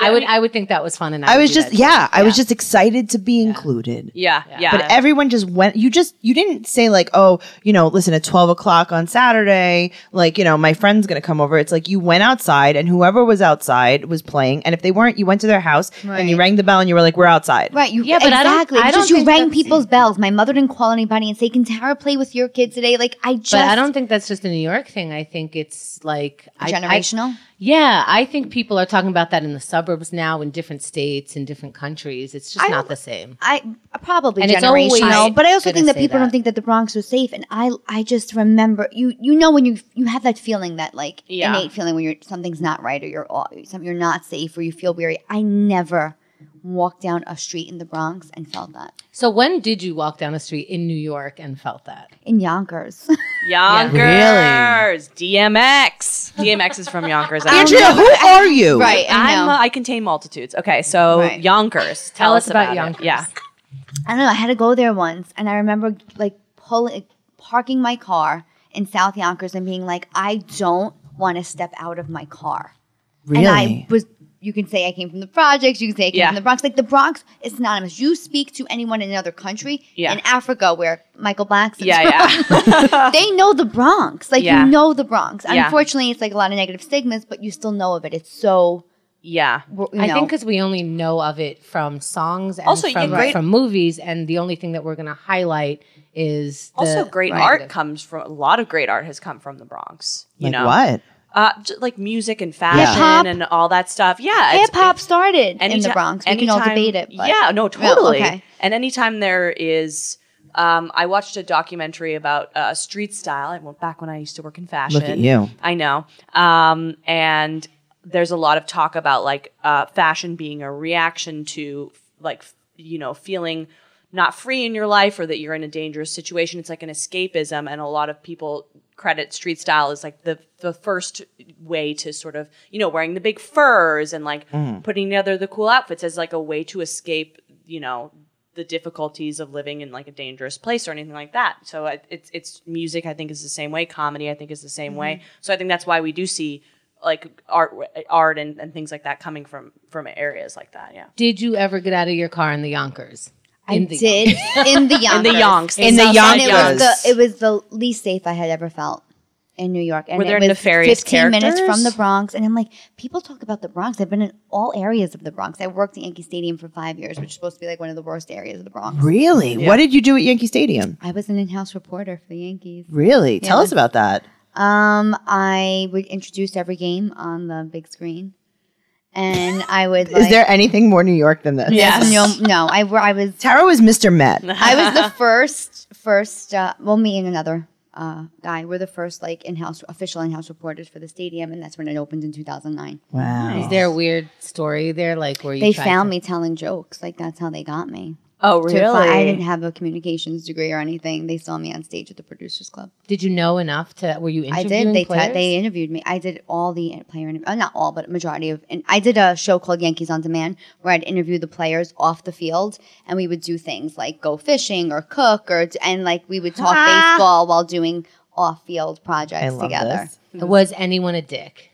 I would I would think that was fun and I,
I
would
was
do
just
that too.
yeah, I was just excited to be included.
Yeah, yeah.
But everyone just went. You just you didn't say like, oh, you know, listen at twelve o'clock on Saturday, like you know, my friend's gonna come over. It's like you went outside, and whoever was outside was playing, and if they weren't, you went to their house and you
Right.
rang the bell, and you were like, we're outside.
Right. You,
Yeah, but I don't-
exactly.
I
It's
don't
just you
think
rang
that's-
people's bells. My mother didn't call anybody and say, "Can Tara play with your kids today?" Like I just.
But I don't think that's just a New York thing. I think it's like I- I-
Generational?
yeah, I think people are talking about that in the suburbs now, in different states, in different countries. It's just not the same.
I probably
And it's
generational,
always
but I also
gonna
think that
say
people
that.
don't think that the Bronx was safe. And I, I just remember you, you know, when you you have that feeling that like
Yeah.
innate feeling when you're something's not right or you're all, some- you're not safe or you feel weary. I never walked down a street in the Bronx and felt that
So when did you walk down the street in New York and felt that?
in Yonkers.
Yonkers, DMX. DMX is from Yonkers. I don't-
Andrea, who are you?
right. I
I'm,
know.
uh, I contain multitudes. Okay, so
Right.
Yonkers. Tell, us about, Yonkers.
Yonkers.
Yeah.
I don't know. I had to go there once, and I remember like pulling, parking my car in South Yonkers, and being like, I don't want to step out of my car.
Really?
And I was. You can say I came from the projects. You can say I came
Yeah.
from the Bronx. Like the Bronx is synonymous. You speak to anyone in another country,
Yeah.
in Africa, where Michael Black's
Yeah, yeah.
they know the Bronx. Like
Yeah.
you know the Bronx.
Yeah.
Unfortunately, it's like a lot of negative stigmas, but you still know of it. It's so
yeah.
w- you
I
know.
think because we only know of it from songs and
Also, you
from,
get great-
from movies, and the only thing that we're going to highlight is the
Also, great
negative.
art comes from a lot of great art has come from the Bronx. You
like
know
what?
Uh, j- like music and fashion
Hip-hop.
and all that stuff. Yeah, it's-
hip hop started in the
Anytime-
Bronx. We can all
anytime-
debate it. but- Oh,
Yeah, no, totally.
okay.
And anytime there is, um, I watched a documentary about uh, street style. I went back when I used to work in fashion.
Look at you.
I know. Um, and there's a lot of talk about like uh, fashion being a reaction to like f- you know feeling not free in your life or that you're in a dangerous situation. It's like an escapism, and a lot of people credit street style as like the the first way to sort of you know wearing the big furs and like
Mm.
putting together the cool outfits as like a way to escape you know the difficulties of living in like a dangerous place or anything like that. So I- it's it's music I think is the same way, comedy I think is the same way. So I think that's why we do see like art art and, and things like that coming from from areas like that. Yeah.
Did you ever get out of your car in the Yonkers?
I
in the
did in the Yonkers.
Yonks.
In the
And
Yonkers.
it was the it was the least safe I had ever felt in New York. And
Were there
it was
nefarious
Fifteen minutes from
characters?
the Bronx, and I'm like, people talk about the Bronx. I've been in all areas of the Bronx. I worked at Yankee Stadium for five years, which is supposed to be like one of the worst areas of the Bronx.
Really? What did you do at Yankee Stadium?
I was an in-house reporter for the Yankees.
Really? Tell us about that.
Um, I would introduce every game on the big screen, and I would.
Is there anything more New York than this?
Yes. No. No. I were. I was.
Tara was Mr. Met.
I was the first, first. Uh, well, me and another uh, guy were the first like in-house official in-house reporters for the stadium, and that's when it opened in 2009.
Wow.
Is there a weird story there, like where you
They
tried
found
to-
me telling jokes. Like that's how they got me.
Oh
To fi- I didn't have a communications degree or anything. They saw me on stage at the Producers Club.
Did you know enough to? Were you
I
interviewing
did. They
players?
t- they interviewed me. I did all the player interviews, not all, but majority of. And I did a show called Yankees on Demand where I'd interview the players off the field, and we would do things like go fishing or cook or d- and like we would talk baseball while doing off field projects
I love
together.
this.
was anyone a dick?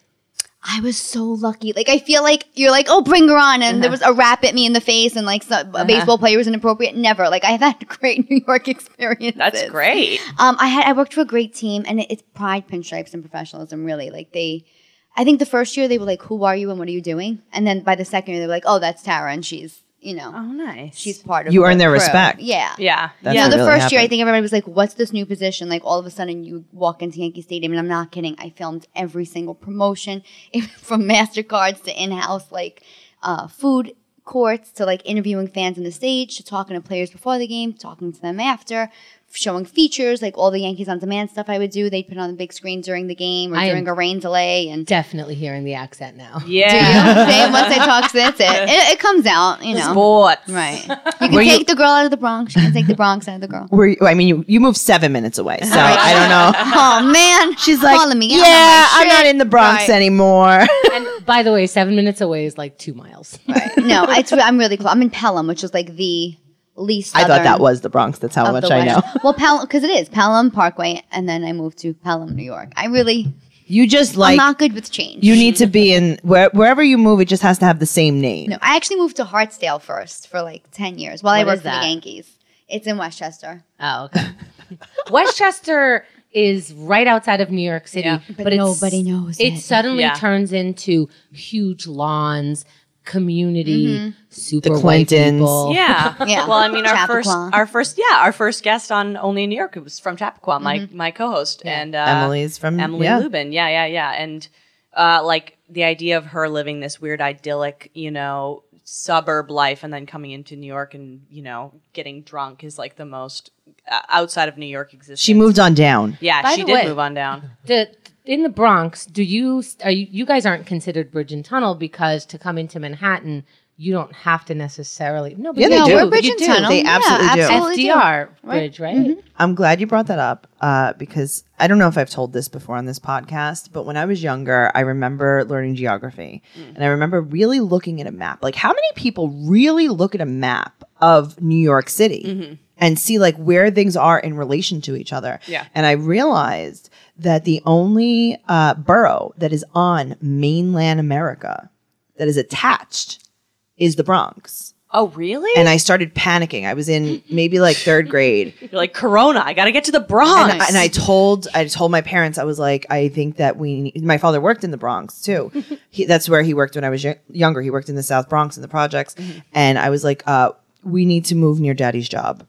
I was so lucky. Like I feel like you're like, oh, bring her on, and there was a rap at me in the face, and like so, a baseball player was inappropriate. Never. Like I've had great New York experiences.
That's great.
Um, I had I worked for a great team, and it, it's pride, pinstripes, and professionalism. Really, like they, I think the first year they were like, "Who are you and what are you doing?" And then by the second year, they were like, "Oh, that's Tara, and she's you know
nice.
she's part of
You
the
earned their
crew."
respect.
Yeah,
Uh-huh. yeah.
That's
So
yeah.
what
the
really
first year, I
happened.
think everybody was like, "What's this new position?" Like all of a sudden, you walk into Yankee Stadium, and I'm not kidding. I filmed every single promotion, even from Mastercards to in-house, like uh, food courts to like interviewing fans on the stage, to talking to players before the game, talking to them after, showing features, like all the Yankees on Demand stuff I would do. They'd put on the big screen during the game or
I am
during a rain delay, and
Definitely hearing the accent now.
yeah.
Same once I talk, that's it. it. It comes out, you know.
Sports.
Right. You can take the girl out of the Bronx. You can take the Bronx out of the girl.
Were you, I mean, you, you moved seven minutes away, so I don't know.
Oh man,
She's like,
calling me. out
yeah,
on my
I'm
shit."
not in the Bronx
Right.
anymore.
By the way, seven minutes away is like two miles.
no, it's, I'm really close. I'm in Pelham, which is like the least.
I thought
southern
that was the Bronx. That's how
of
much
the
I know.
West. Well, Pelham because it is Pelham Parkway, and then I moved to Pelham, New York. I really,
You just
I'm
like
not good with change.
you need to be in where, wherever you move. It just has to have the same name.
no, I actually moved to Hartsdale first for like ten years while I
What
worked
is
for the
that?
Yankees. It's in Westchester.
Oh, okay. Westchester is right outside of New York City,
Yeah.
but,
But
it's-
nobody knows
It
it.
suddenly
Yeah.
turns into huge lawns, community,
Mm-hmm.
super
The
white
Clintons.
people.
Yeah.
Yeah.
Well, I mean, our first,
Chappaqua.
our first, yeah, our first guest on Only in New York was from Chappaqua, my my co-host, and uh,
Emily's from
Emily
Mm, yeah.
Lubin. Yeah, yeah, yeah. And uh, like the idea of her living this weird idyllic, you know, suburb life and then coming into New York and, you know, getting drunk is like the most uh, outside of New York existence.
She moved on down.
Yeah,
By
she
the
did
way-
move on down.
The in the Bronx, do you are you, you guys aren't considered bridge and tunnel because to come into Manhattan, you don't have to necessarily. No, but
Yeah,
you
they
do.
do.
we're bridge
you
and
do.
tunnel.
They
Yeah,
absolutely do.
absolutely
FDR bridge, right? Mm-hmm.
I'm glad you brought that up uh, because I don't know if I've told this before on this podcast, but when I was younger, I remember learning geography and I remember really looking at a map. Like, how many people really look at a map of New York City and see like where things are in relation to each other?
Yeah.
And I realized that the only uh, borough that is on mainland America that is attached is the Bronx.
Oh, really?
and I started panicking. I was in maybe like third grade,
You're like Corona. I got to get to the Bronx.
and, I, and I told I told my parents I was like I think that we need, my father worked in the Bronx too. he, that's where he worked when I was yo- younger. He worked in the South Bronx in the projects, and I was like, uh, we need to move near Daddy's job.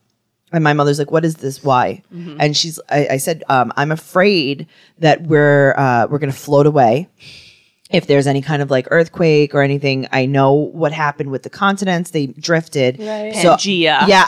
And my mother's like, "What is this? Why?" And she's, I, I said, um, "I'm afraid that we're uh, we're going to float away." if there's any kind of like earthquake or anything, I know what happened with the continents. They drifted. Right.
Pangea.
Yeah.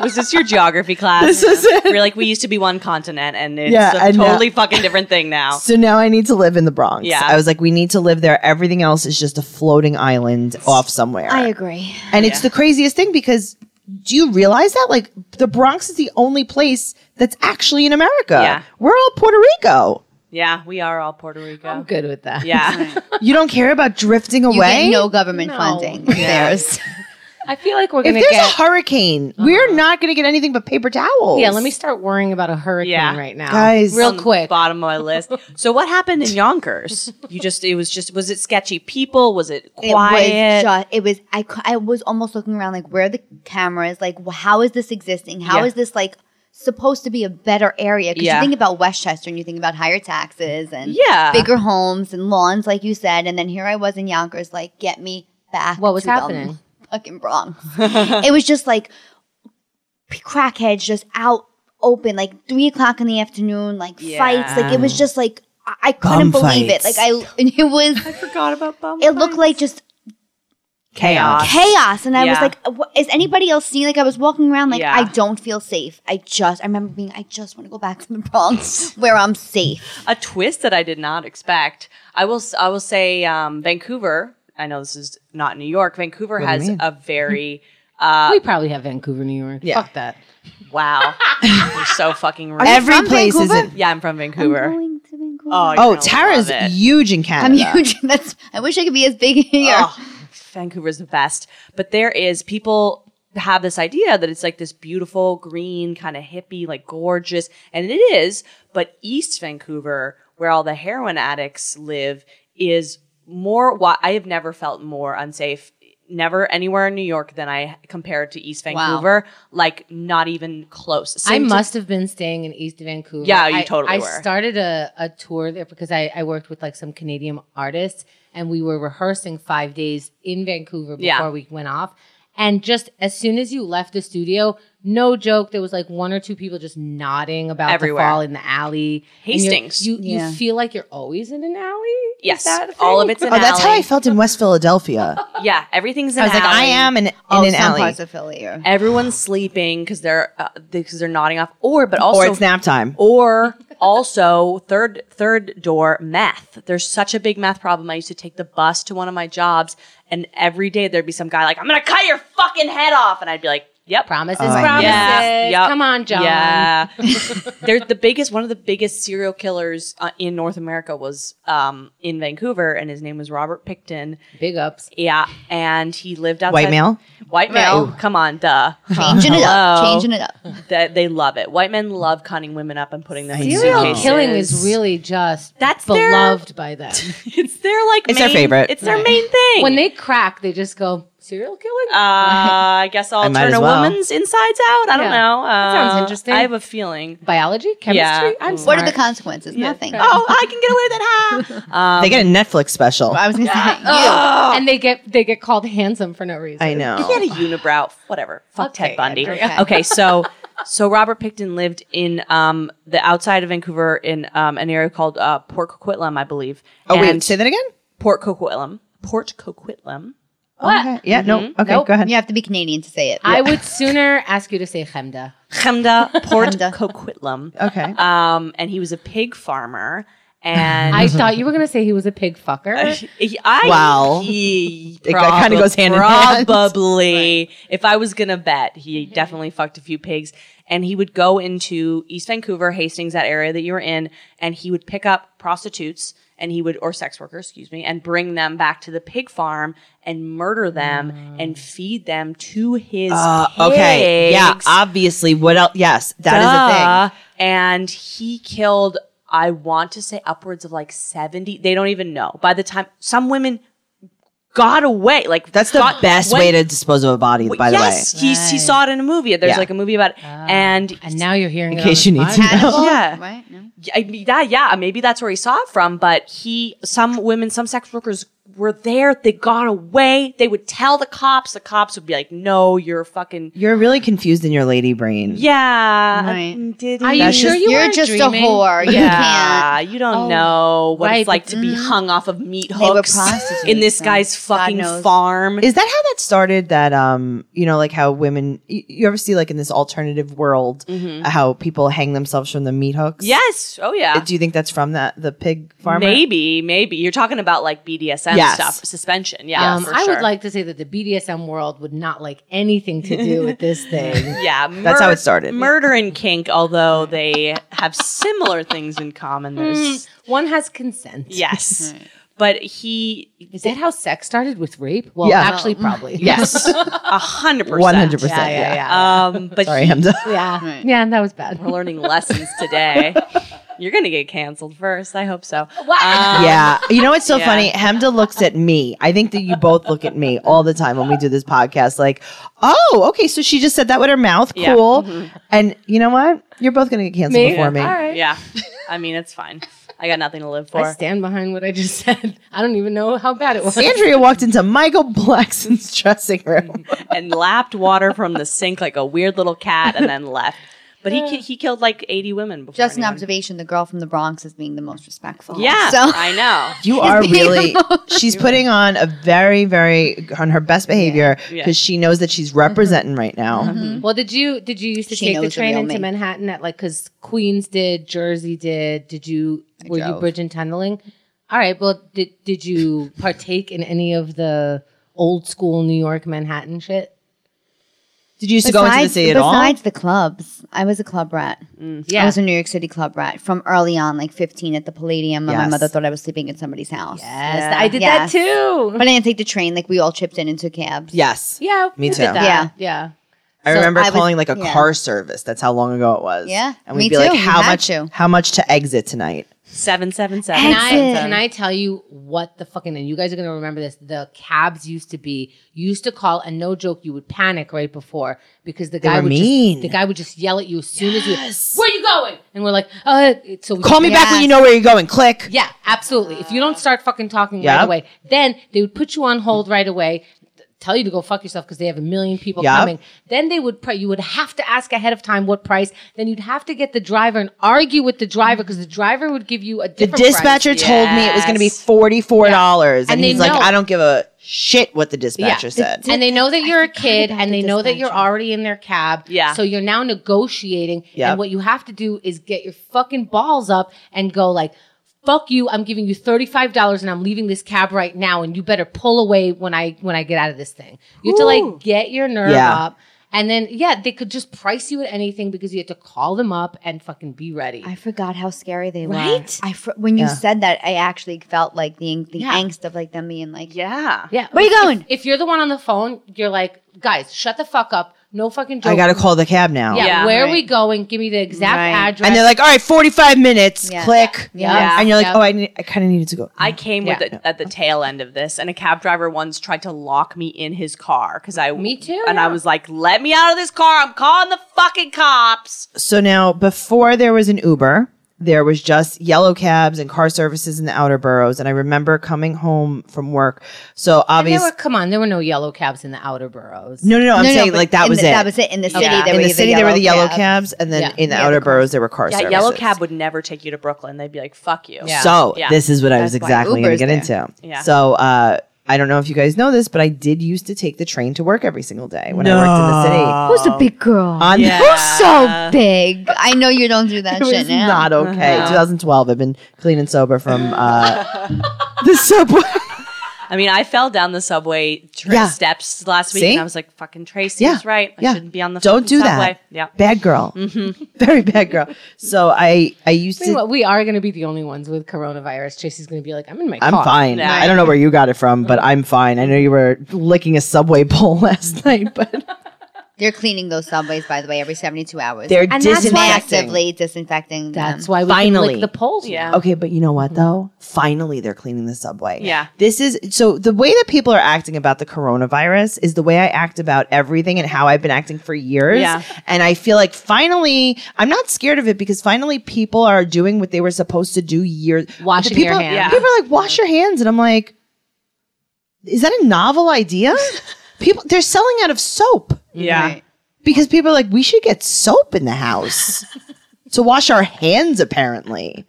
Was this your geography class? This is it. We're like, we used to be one continent, and it's
Yeah,
a
and now-
totally fucking different thing now.
so now I need to live in the Bronx.
Yeah.
I was like, we need to live there. Everything else is just a floating island off somewhere.
I agree.
And it's the craziest thing because do you realize that? Like, the Bronx is the only place that's actually in America.
Yeah.
We're all Puerto Rico.
Yeah, we are all Puerto Rico.
I'm good with that.
Yeah.
You don't care about drifting
You
away?
get no government funding. There's
I feel like we're
if
gonna
there's
get.
a hurricane, we're not going to get anything but paper towels.
yeah, let me start worrying about a hurricane
Yeah.
right now,
Guys.
Real
On the
quick.
Bottom of my list. So what happened in Yonkers? You just it was just was it sketchy people? Was it
it was
quiet?
just it was I, cou- I was almost looking around like where are the cameras like wh- how is this existing How is
Yeah.
this like supposed to be a better area because
Yeah.
you think about Westchester and you think about higher taxes and
Yeah.
bigger homes and lawns like you said and then here I was in Yonkers like get me back
What was
to the
happening?
fucking Bronx it was just like crackheads just out open like three o'clock in the afternoon like fights like it was just like I, I couldn't
Bum
believe it like
fights.
I it was
forgot about bum.
it looked like just
chaos.
chaos and i was
Yeah.
like "What- is anybody else seeing like i was walking around like
Yeah.
i don't feel safe i just i remember being i just want to go back to the bronx where i'm safe
a twist that I did not expect. I will. s- I will say um, Vancouver. I know this is not New York. Vancouver has a very
we probably have Vancouver, New York.
Yeah.
Fuck that.
wow. You're so fucking right.
Every place
Vancouver?
is in.
yeah, I'm from Vancouver.
going to vancouver
oh, you're
Oh,
gonna
Tara's
love it.
huge in
i'm
Canada.
huge that's i wish i could be as big here
Vancouver's the best. But there is people have this idea that it's like this beautiful green kind of hippie, like gorgeous, and it is. But East Vancouver, where all the heroin addicts live, is more. What I have never felt more unsafe. Never anywhere in New York than I compared to East Vancouver. Like not even close.
I
Same to-
must have been staying in East Vancouver.
Yeah, you
I-
totally
I,
were.
started a, a tour there because I, I worked with like some Canadian artists and we were rehearsing five days in Vancouver before
Yeah.
we went off. And just as soon as you left the studio, no joke, there was like one or two people just nodding about
Everywhere.
the fall in the alley. And you're-
Hastings.
You you
Yeah.
feel like you're always in an alley. Is
Yes,
that a
all of
thing?
it's an
Oh, that's how
alley.
I felt in West Philadelphia.
Yeah, everything's an
I was like, I
alley.
am in, E. in
oh
an
some
alley.
parts of philly are-
Everyone's sleeping because they're because they're nodding off, or but also
Or it's nap time.
or also third third door meth. There's such a big meth problem. I used to take the bus to one of my jobs, and every day there'd be some guy like, "I'm gonna cut your fucking head off," and I'd be like, "Yep."
Promises,
I know.
promises.
Yeah. Yep.
Come on, John.
Yeah. They're the biggest, one of the biggest serial killers uh, in North America was um, in Vancouver, and his name was Robert Picton.
Big ups.
Yeah. And he lived outside.
White male?
White male. Come on, duh.
changing it up
Hello.
changing it up
that they love it. White men love cutting women up and putting them in
Serial
suitcases.
killing is really just
That's their-
beloved by them.
It's their like.
It's
main,
their favorite.
It's their main thing.
when they crack, they just go serial killing.
uh, I guess I'll
might
turn
as
a
well.
woman's insides out. I don't
Yeah.
know. Uh,
That sounds interesting.
I have a feeling.
Biology, chemistry.
Yeah. What
I'm
what
smart.
are the consequences nothing
Oh, I can get away with that. Huh? Um,
they get a Netflix special.
i was gonna say
Oh. and they get they get called handsome for no reason.
I know.
he had a unibrow. Whatever. Fuck
Okay,
Ted Bundy.
Andrea.
Okay. so. So Robert Picton lived in um, the outside of Vancouver in um, an area called uh, Port Coquitlam, I believe.
oh, wait.
And-
Say that again?
Port Coquitlam. Port Coquitlam.
Okay. Mm-hmm. Yeah, no. Okay,
Nope.
go
you
ahead.
you have to be canadian to say it
I would sooner ask you to say chemda.
Chemda Port
Chemda.
Coquitlam.
Okay.
Um, and he was a pig farmer. And
I thought you were gonna say he was a pig fucker.
He- I,
Well,
he
it kinda
probab-
goes hand in hand.
Probably, if I was gonna bet, he definitely fucked a few pigs, and he would go into East Vancouver, Hastings, that area that you were in, and he would pick up prostitutes and he would or sex workers, excuse me, and bring them back to the pig farm and murder them and feed them to his
Uh,
pigs.
okay. Yeah, obviously. What else? Yes, that is a
Duh. And he killed, I want to say upwards of like 70. They don't even know. By the time some women got away. Like
That's the
got-
best
went-
way to dispose of a body, by the way.
yes, he he saw it in a movie. There's
Yeah.
like a movie about
Oh.
it. and
And now you're hearing
In
it
case
on
you
this
need to
podcast.
know.
Yeah.
Right? No.
I mean, that, yeah, maybe that's where he saw it from. But he, some women, some sex workers were there. They got away. They would tell the cops. The cops would be like, "No, you're
Mm.
fucking
You're really confused in your lady brain.
yeah."
Right.
mm, Did
Are
he?
you
That's
sure
just-
you
You're
weren't
just
dreaming?
a whore. You can't.
Yeah, you don't know what
right,
it's like
but-
to be hung off of meat
were
hooks
prostitutes,
in this
so
guy's fucking
knows.
farm.
Is that how that started? That um, you know, like how women you, you ever see like in this alternative world uh, how people hang themselves from the meat hooks?
yes. Oh yeah.
Uh, Do you think that's from that the pig farmer?
Maybe, maybe you're talking about like BDSM
Yes.
stuff, suspension. Yeah,
um,
for
I
sure.
would like to say that the BDSM world would not like anything to do with this thing.
Yeah,
That's how it started.
Murder and kink, although they have similar things in common. There's
One has consent.
yes, but he
Is that how sex started with rape? Well,
Yeah.
actually, probably.
Yes,
a hundred percent,
one hundred percent.
Yeah,
Yeah.
yeah, yeah.
Um, but
Sorry,
he-
I'm done.
Yeah.
Right.
Yeah, that was bad.
we're learning lessons today. You're gonna get canceled first. I hope so. Um,
Yeah, you know what's so
Yeah.
funny? Hemda looks at me. I think that you both look at me all the time when we do this podcast. Like, oh, okay, so she just said that with her mouth.
Yeah. Mm-hmm.
Cool. And you know what? You're both gonna get canceled
Me?
before me.
All right.
yeah. I mean, it's fine. I got nothing to live
I
for.
stand behind what I just said. I don't even know how bad it was.
Andrea walked into Michael Blackson's dressing room.
and lapped water from the sink like a weird little cat, and then left. But he ki- he killed like 80 women before.
Just an
anyone-
observation. The girl from the Bronx is being the most respectful.
Yeah,
So
I know.
You are really. She's putting on a very, very on her best behavior because
Yeah. Mm-hmm.
she knows that she's representing right now.
Well, did you did you used to
She
take the
knows the
train
real
into
me.
Manhattan at like because Queens did, Jersey did. Did you were you
drove.
bridge and tunneling? All right. Well, did did you partake in any of the old school New York Manhattan shit?
Did you used to go into the city at all?
besides the clubs, I was a club rat. I
Yeah.
was a New York City club rat from early on, like 15 at the Palladium. And my
Yes.
mother thought I was sleeping at somebody's house.
Yes, I did
Yes.
that too.
But I didn't take the train. Like we all chipped in and took cabs.
Yes.
yeah.
Me
we
too.
Did that.
Yeah.
Yeah.
I
So
remember
I was-
calling like a
yeah.
car service. That's how long ago it was.
Yeah,
And we'd
me
be like,
too. We
how
had
much?
to.
How much to exit tonight?
Seven seven seven.
Can I, can I tell you what the fucking and you guys are gonna remember this? The cabs used to be you used to call and no joke, you would panic right before because the guy
were
would
mean.
Just, the guy would just yell at you as soon as you where you going? And we're like, uh so we
Call me back when you know where you're going. Click.
Yeah, absolutely. If you don't start fucking talking
Yep.
right away, then they would put you on hold right away. th- Tell you to go fuck yourself because they have a million people
Yep.
coming. Then they would, pr- you would have to ask ahead of time what price. Then you'd have to get the driver and argue with the driver because the driver would give you a
The
different price.
dispatcher told me it was going to be forty four dollars, and,
And they
he's like,
know.
I don't give a shit what the dispatcher said.
And they know that you're a kid
about
and
the
they know that you're
dispatcher.
already in their cab.
Yeah.
So you're now negotiating.
Yep.
And what you have to do is get your fucking balls up and go like, fuck you. I'm giving you $35 and I'm leaving this cab right now. And you better pull away when I, when I get out of this thing. You have to like get your nerve
Yeah.
up. And then, yeah, they could just price you at anything because you had to call them up and fucking be ready.
I forgot how scary they were.
Right?
I fr- when you
Yeah.
said that, I actually felt like the the
Yeah.
angst of like them being like,
Yeah.
yeah.
Where you
If-
going?
If, you're the one on the phone, you're like, guys, shut the fuck up. No fucking joke.
I got to call the cab now.
Yeah,
Yeah.
where are
Right.
we going? Give me the exact
Right.
address.
And they're like, all right, 45 minutes,
Yeah.
click.
Yeah. Yeah.
And you're like,
Yeah.
oh, I, need, I kind of needed to go.
I came with
Yeah.
it at the tail end of this, and a cab driver once tried to lock me in his car because I
Me too,
and
yeah.
I was like, "Let me out of this car! I'm calling the fucking cops!"
so now, before there was an Uber, there was just yellow cabs and car services in the outer boroughs. And I remember coming home from work. So
there
obviously,
were, come on, there were no yellow cabs in the outer boroughs.
no, no, no, I'm
No, no,
saying
but
like that
in
was
the-
it.
That was it. In the city,
Yeah.
there
In
were
the city, there were the yellow
cabs.
cabs, and then
Yeah.
in the outer boroughs, there were car
Yeah,
services.
yellow cab would never take you to Brooklyn. They'd be like, "Fuck you."
Yeah.
So
Yeah.
this is what I was
That's why
exactly going to
Uber's
get
there.
into.
Yeah.
So uh, I don't know if you guys know this, but I did used to take the train to work every single day when I worked in the city.
Who's a big girl?
On
Yeah.
Who's so big? I know you don't do that
Uh, It
shit
was
now.
not okay. 2012. I've been clean and sober from uh, the subway.
I mean, I fell down the subway tra-
Yeah.
steps last week,
See?
and I was like, "Fucking Tracy
Yeah.
was right. I
Yeah.
shouldn't be on the
Don't
fucking
do
subway."
that.
Yeah.
Bad girl. Very bad girl. So I I used to.
Meanwhile, we are going to be the only ones with coronavirus. Tracy's going to be like, I'm in my
I'm
car.
fine.
Yeah.
I don't know where you got it from, but I'm fine. I know you were licking a subway pole last night, but
They're cleaning those subways, by the way, every 72 hours.
They're
And that's why-
disinfecting.
actively disinfecting
That's
them.
why we
Finally.
can lick the polls.
Yeah.
now.
Okay, but you know what though? Finally, they're cleaning the subway.
Yeah.
This is so the way that people are acting about the coronavirus is the way I act about everything and how I've been acting for years.
Yeah.
And I feel like finally, I'm not scared of it because finally people are doing what they were supposed to do years.
Washing
people,
your hands.
Yeah.
People are like, wash your hands. And I'm like, is that a novel idea? people, they're selling out of soap
Yeah.
Right.
because people are like, we should get soap in the house to wash our hands. Apparently,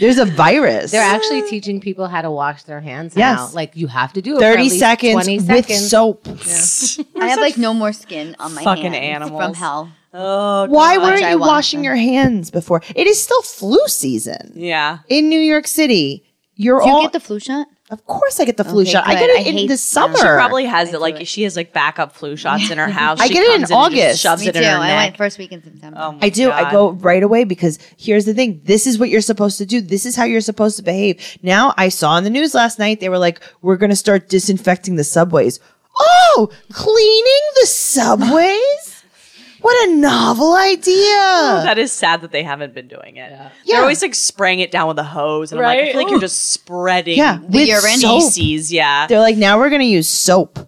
there's a virus.
They're actually teaching people how to wash their hands
Yes.
now. Like you have to do it for at
thirty
least
seconds
20
with
seconds.
soap.
I have like no more skin on my
fucking
hands from
animals.
hell.
Oh,
Why
God,
weren't
I
you
want
washing
them.
your hands before? It is still flu season
yeah.
in New York City. You're
Do you
all.
get the flu shot?
of course, I get the flu
Okay,
shot. I
good.
get
I
it in
hate-
the
yeah.
summer.
She
She probably has
I
it like
do it.
she has like backup flu shots in her house.
I
She
get it in
comes and just
August.
shoves
Me
it
too.
in her
I
neck.
went first week in September.
Oh my
I do. I
God.
go right away because here's the thing. This is what you're supposed to do. This is how you're supposed to behave. Now, I saw in the news last night, they were like, we're going to start disinfecting the subways. Oh, cleaning the subways? what a novel idea.
That is sad that they haven't been doing it.
Yeah.
They're always like spraying it down with a hose, and I'm like, I
Right?
feel like you're just spreading
Yeah,
the
with
urine
soap.
feces. Yeah,
They're like, now we're going to use soap.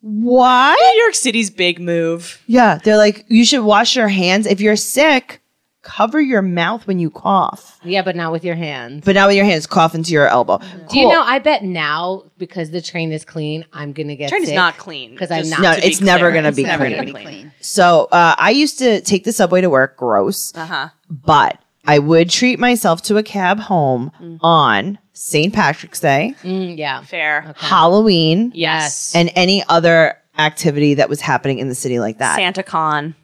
Why?
New York City's big move.
Yeah. They're like, you should wash your hands. If you're sick, cover your mouth when you cough.
Yeah, but not with your hands.
But now with your hands, cough into your elbow.
Do you know? I bet now because the train is clean, I'm gonna get
Train is
sick.
not clean
'Cause I'm
just
not.
to
No,
be
it's never
clear.
gonna
It's
be
never
clean.
gonna
So uh, I used to take the subway to work, gross,
Uh-huh.
but I would treat myself to a cab home
Mm-hmm.
on St. Patrick's Day,
Mm, yeah.
Fair.
Halloween,
Mm-hmm. Yes.
and any other activity that was happening in the city like that.
Santa Con.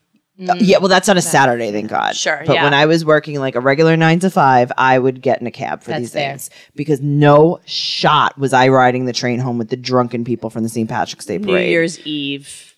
Uh, Yeah, well, that's on a Saturday, thank God.
Sure,
But
yeah.
when I was working like a regular nine to five, I would get in a cab for
That's
these
fair.
things because no shot was I riding the train home with the drunken people from the St. Patrick's Day
New
parade.
Year's Eve.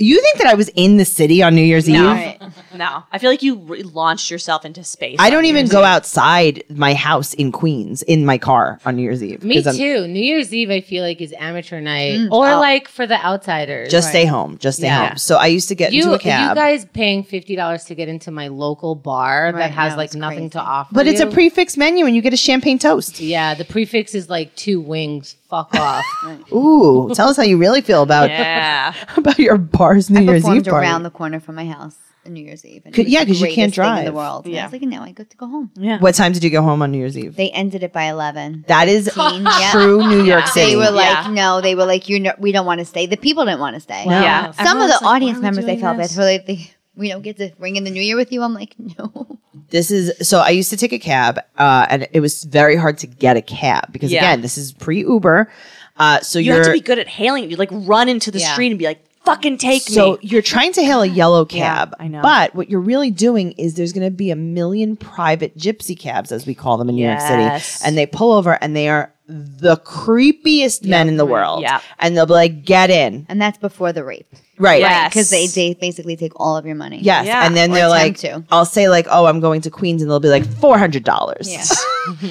You think that I was in the city on New Year's Eve?
No, no. I feel like you re- launched yourself into space.
I
on
don't
New
even
Year's
go
Eve.
outside my house in Queens in my car on New Year's Eve.
Me
'cause I'm-
too. New Year's Eve, I feel like is amateur night, or like for the outsiders.
Mm. Just stay home. Just stay
Yeah.
home. So I used to get
you,
into a
you
cab.
guys paying fifty dollars to get into my local bar that
Right,
has
no,
like
it's
nothing to
crazy.
offer.
but it's a
you.
prefix menu and you get a champagne toast.
Yeah, the prefix is like two wings. Fuck off.
Ooh, tell us how you really feel about
Yeah.
about your bars New
I
Year's Eve
performed
party.
around the corner from my house on New Year's Eve. and it
Could-
was
yeah,
the
'cause you can't
greatest thing in the
drive.
world. And
Yeah.
I was like, no, I got to go home.
what time did you go home on New Year's Eve?
They ended it by eleven.
that is
yeah.
true New York City.
They were like,
Yeah.
no, they were like, you know, we don't want to stay. The people didn't want to stay.
Yeah.
Some of the audience members, they felt bad. They were like, they- we don't get to ring in the new year with you. I'm like, no.
this is so I used to take a cab uh, and it was very hard to get a cab because
Yeah.
again, this is pre Uber. Uh, so
You
are
have to be good at hailing. You like run into the
Yeah.
street and be like, "Fucking take
so
me."
you're trying to hail a yellow cab.
I know.
But what you're really doing is there's going to be a million private gypsy cabs, as we call them in New York
Yes.
City, and they pull over and they are the creepiest men in the world.
Yep.
And they'll be like, "Get in,
And that's before the rape.
right?"
Yes.
Because they, they basically take all of your money.
Yes.
Yeah.
And then
Or
they're like,
attempt to.
"I'll say like, oh, I'm going to Queens," and they'll be like, 400 dollars."
Yeah.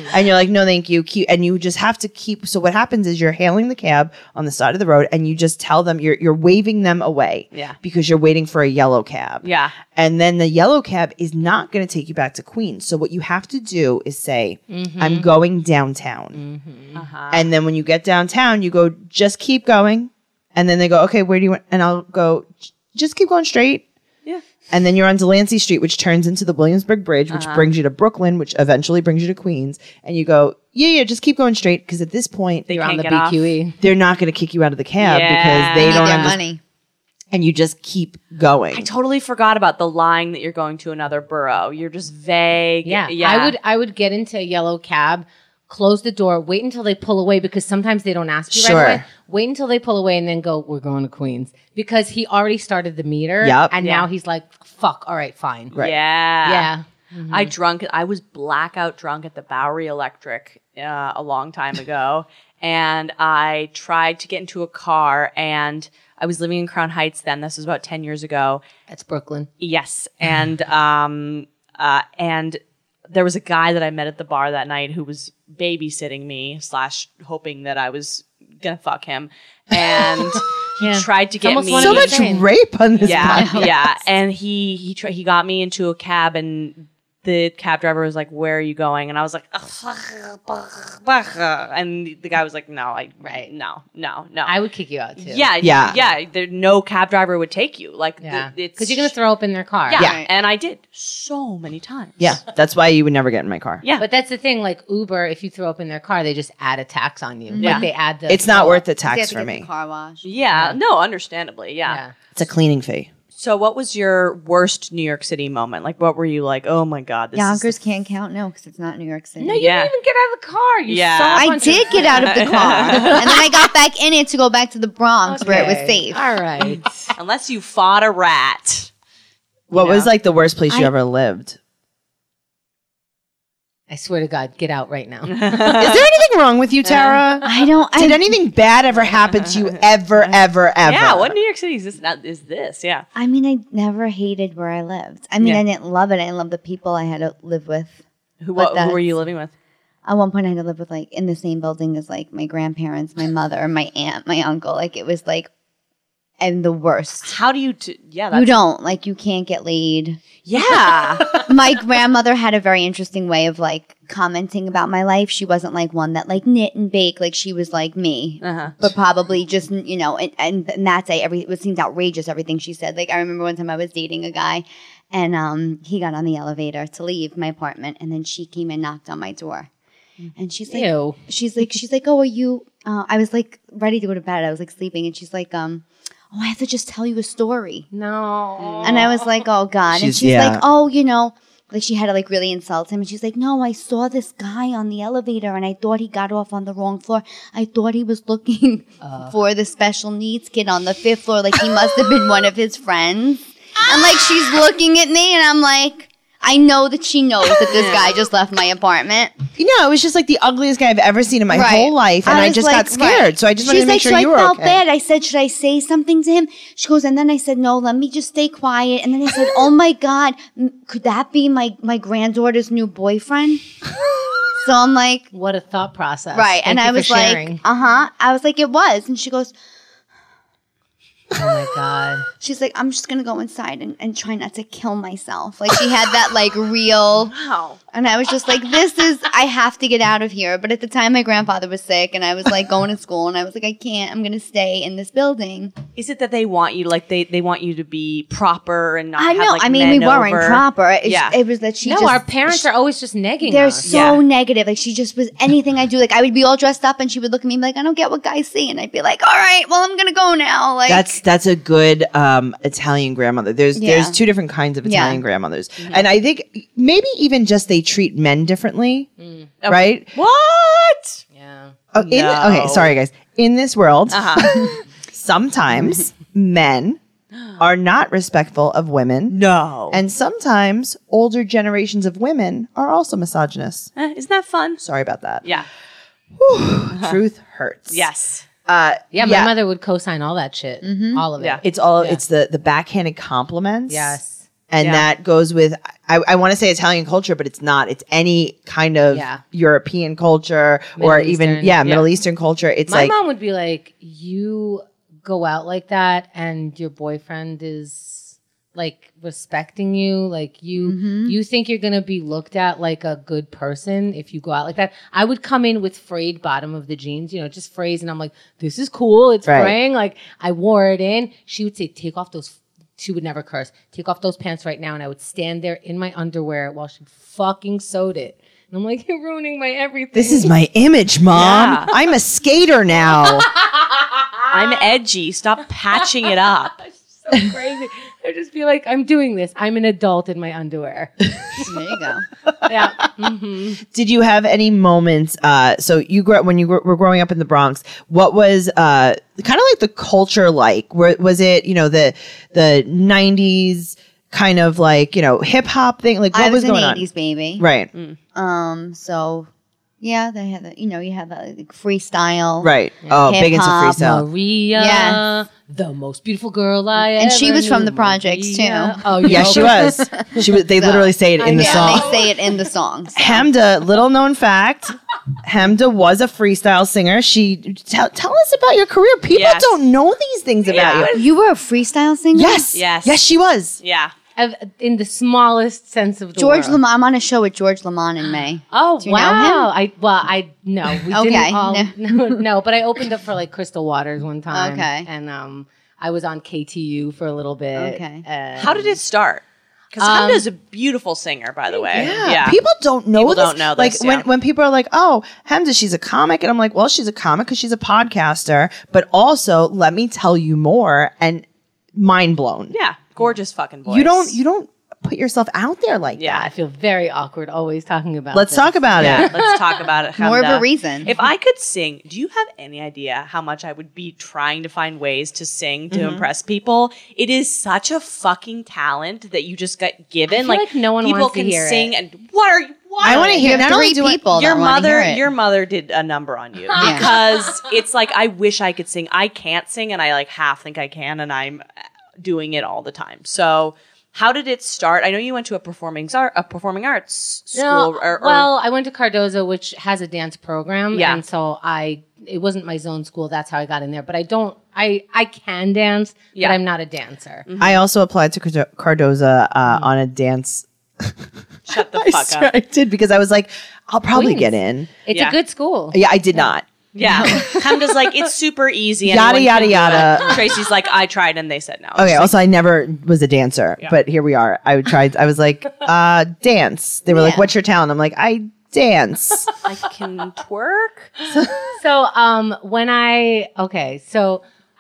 and you're like, no, thank you. Keep, and you just have to keep. So what happens is you're hailing the cab on the side of the road, and you just tell them you're you're waving them away,
Yeah.
because you're waiting for a yellow cab,
Yeah.
And then the yellow cab is not going to take you back to Queens. So what you have to do is say,
Mm-hmm.
I'm going downtown,
Uh-huh.
and then when you get downtown, you go just keep going, and then they go, okay, where do you want? And I'll go, "J- just keep going straight.
Yeah.
And then you're on Delancey Street, which turns into the Williamsburg Bridge,
Uh-huh.
which brings you to Brooklyn, which eventually brings you to Queens. And you go, yeah, yeah, just keep going straight. Because at this point,
They
You're on
can't
the E.
get off.
BQE.
they're not going to kick you out of the cab
Yeah.
because they
Need
don't
their
understand.
money.
And you just keep going.
I totally forgot about the line that you're going to another borough. You're just vague.
Yeah. I would I would get into a yellow cab, close the door, wait until they pull away because sometimes they don't ask you
Sure.
right away. Wait until they pull away and then go, We're going to Queens. Because he already started the meter.
Yep.
And
Yeah.
now he's like, fuck, all right, fine.
Right.
Yeah.
Yeah.
I drunk. I was blackout drunk at the Bowery Electric uh, a long time ago, and I tried to get into a car. And I was living in Crown Heights then. This was about ten years ago.
That's Brooklyn.
Yes, and
Mm-hmm.
um, uh, and there was a guy that I met at the bar that night who was babysitting me slash hoping that I was gonna fuck him, and He
Yeah.
tried to get
Almost
me
wanna
So
be a
much
Insane.
rape on this podcast.
yeah, yeah. And he he tr- he got me into a cab, and the cab driver was like, "Where are you going?" And I was like, and the guy was like, "No, I right, no, no, no."
I would kick you out too.
yeah, yeah,
Yeah.
yeah. There, no cab driver would take you. Like,
Yeah.
the, it's
Because you're going to throw up in their car.
Yeah,
Yeah.
and I did so many times.
Yeah, that's why you would never get in my car.
yeah.
But that's the thing, like Uber, if you throw up in their car, they just add a tax on you.
Yeah.
Like they add the.
It's not worth the
They have
tax
to
for
get the
me.
Car wash.
yeah, no, understandably, yeah.
Yeah.
It's a cleaning fee.
So, what was your worst New York City moment? Like, what were you like? Oh my god, this is
Yonkers can't count no because it's not New York City.
No, you
Yeah.
didn't even get out of the car. You
Yeah.
saw a
I
bunch
did
of-
get out of the car, and then I got back in it to go back to the Bronx where it was
Okay.
safe.
All right.
unless you fought a rat.
What
Yeah.
was like the worst place you ever lived?
I swear to God, get out right now.
Is there anything wrong with you, Tara?
I don't. I,
Did anything bad ever happen to you ever, ever, ever?
Yeah, what New York City is this? Not, is this? Yeah.
I mean, I never hated where I lived. I mean,
Yeah.
I didn't love it. I didn't love the people I had to live with.
Who, wh- who were
But that's-
you living with?
At one point, I had to live with like in the same building as like my grandparents, my mother, my aunt, my uncle. Like it was like, and the worst.
How do you? T- yeah,
You
that's,
don't like you can't get laid.
yeah.
my grandmother had a very interesting way of like commenting about my life. She wasn't like one that like knit and bake like she was like me,
Uh-huh.
but probably just you know. And, and, and that day, every it seemed outrageous everything she said. Like I remember one time I was dating a guy, and um, he got on the elevator to leave my apartment, and then she came and knocked on my door,
Mm.
and she's like,
Ew.
she's like she's like oh are you uh, i was like ready to go to bed i was like sleeping and she's like um oh i have to just tell you a story
No.
and i was like oh god and
She's-
she's
yeah.
like oh you know like she had to like really insult him and she's like no i saw this guy on the elevator and i thought he got off on the wrong floor i thought he was looking for the special needs kid on the fifth floor like he must have been one of his friends and like she's looking at me and i'm like i know that she knows that this guy just left my apartment
You know, it was just like the ugliest guy I've ever seen in my
Right.
whole life, and I,
was
just
like,
got scared.
right.
So I just
She's
wanted to make
like,
sure
so
you were
I felt
okay.
bad. I said, should I say something to him? She goes, and then I said, no, let me just stay quiet. And then I said, oh my god, m- could that be my my granddaughter's new boyfriend? so I'm like,
What a thought process.
right,
Thank
and
you
I
for
was
sharing.
like, uh huh. I was like, it was, and she goes,
oh my God.
she's like, I'm just gonna go inside and, and try not to kill myself. Like she had that like real.
Wow.
And I was just like, this is, I have to get out of here. But at the time, my grandfather was sick and I was like going to school and I was like, I can't, I'm going to stay in this building.
Is it that they want you like they they want you to be proper and not?
I
have,
know.
like,
I mean, we
men
weren't
over?
proper. It,
Yeah.
it was that she
no,
just.
our parents are always just negging
they're
us.
so
Yeah.
negative. Like she just was anything I do. Like I would be all dressed up, and she would look at me and be like, "I don't get what guys see," and I'd be like, "All right, well, I'm gonna go now." Like
That's that's a good um, Italian grandmother. There's
Yeah.
there's two different kinds of
Yeah.
Italian grandmothers, and I think maybe even just they treat men differently,
Mm.
right?
What?
yeah.
Oh, in- okay, sorry guys. In this world,
Uh-huh.
sometimes men are not respectful of women,
No.
and sometimes older generations of women are also misogynists.
Eh, isn't that fun?
Sorry about that.
Yeah.
Uh-huh.
Truth hurts.
Yes.
Uh,
Yeah, my
Yeah.
mother would co-sign all that shit, all of it.
Yeah.
it's all it's the the backhanded compliments.
Yes.
and
Yeah.
that goes with I, I want to say Italian culture, but it's not. It's any kind of
Yeah.
European culture or
Middle
even
Eastern.
yeah, Middle Eastern culture. It's
My
like
mom would be like, "You go out like that, and your boyfriend is like respecting you. Like you,
Mm-hmm.
you think you're gonna be looked at like a good person if you go out like that." I would come in with frayed bottom of the jeans, you know, just frays, and I'm like, "This is cool. It's
Right.
fraying." Like I wore it in. She would say, "Take off those." She would never curse. Take off those pants right now, and I would stand there in my underwear while she fucking sewed it. And I'm like, you're ruining my everything.
this is my image, mom.
Yeah.
I'm a skater now.
I'm
Uh,
edgy. Stop patching it up.
so crazy. I'd just be like, I'm doing this. I'm an adult in my underwear.
there you go.
Yeah. hmm
Did you have any moments? Uh, so you grew up when you gr- were growing up in the Bronx. What was uh, kind of like the culture like? Were, was it you know the the '90s kind of like you know hip hop thing? Like what
I was,
going
an '80s baby,
on? Right,
Um, so yeah, they had the, you know, you had the like, freestyle,
right. Oh, big into
Hip-hop,
freestyle.
Maria,
Yes.
the most beautiful girl I
And she
ever
was from
knew.
the projects, too.
Maria. Oh,
Yeah, she was. She was. They literally say it in the
Yeah,
song.
they say it in the songs.
Hamda, little known fact, Hemda was a freestyle singer. She tell, tell us about your career. People
Yes.
don't know these things about
Yeah.
you.
You were a freestyle singer?
Yes.
Yes.
Yes, she was.
Yeah.
Of- in the smallest sense of the
George
word.
Lamont. I'm on a show with George Lamont in May.
Oh
you know
wow!
him?
I well, I no, we
Okay,
didn't all
no.
no. no, but I opened up for like Crystal Waters one time.
Okay.
and um, I was on KTU for a little bit.
Okay.
and-
How did it start? Because
Um,
Hamda's a beautiful singer, by the way.
Yeah. People don't know
People
this.
don't know
Like
this,
when,
yeah.
when people are like, oh, Hemda, she's a comic. And I'm like, well, she's a comic because she's a podcaster, but also let me tell you more and mind blown.
Yeah. Gorgeous fucking voice.
You don't, you don't put yourself out there like
Yeah.
I
that.
feel very awkward always talking about.
Let's
this.
talk about
Yeah,
it.
let's talk about it.
More of a
Hamda.
reason.
If I could sing, do you have any idea how much I would be trying to find ways to sing
Mm-hmm.
to impress people? It is such a fucking talent that you just got given.
I feel like no one
people
wants to
can
hear
sing
it.
and what are you? Why?
I want to
You
hear
have
not only
three
do I-
people.
your
that wanna
mother
hear it.
your mother did a number on you because it's like i wish i could sing i can't sing and i like half think i can and i'm uh, doing it all the time so how did it start i know you went to a performing art a performing arts school
No,
or, or
well, I went to Cardozo, which has a dance program.
Yeah.
And so I, it wasn't my zone school. That's how I got in there. But I don't, I, I can dance,
Yeah. Mm.
but I'm not a dancer.
I also applied to Cardo- Cardoza uh, on a dance.
shut the
I
fuck
swear
up
I did because I was like, I'll probably
Queens.
get in.
It's
Yeah.
a good school.
Yeah, I did not.
yeah hamda's like it's super easy
Yada,
anyone
yada,
can do
yada.
it. tracy's like i tried and they said no
Okay. Also, I never was a dancer, but here we are. I tried. I was like, uh, dance. They were like,
Yeah.
"What's your talent?" I'm like, I dance.
i can twerk
So um when I okay, so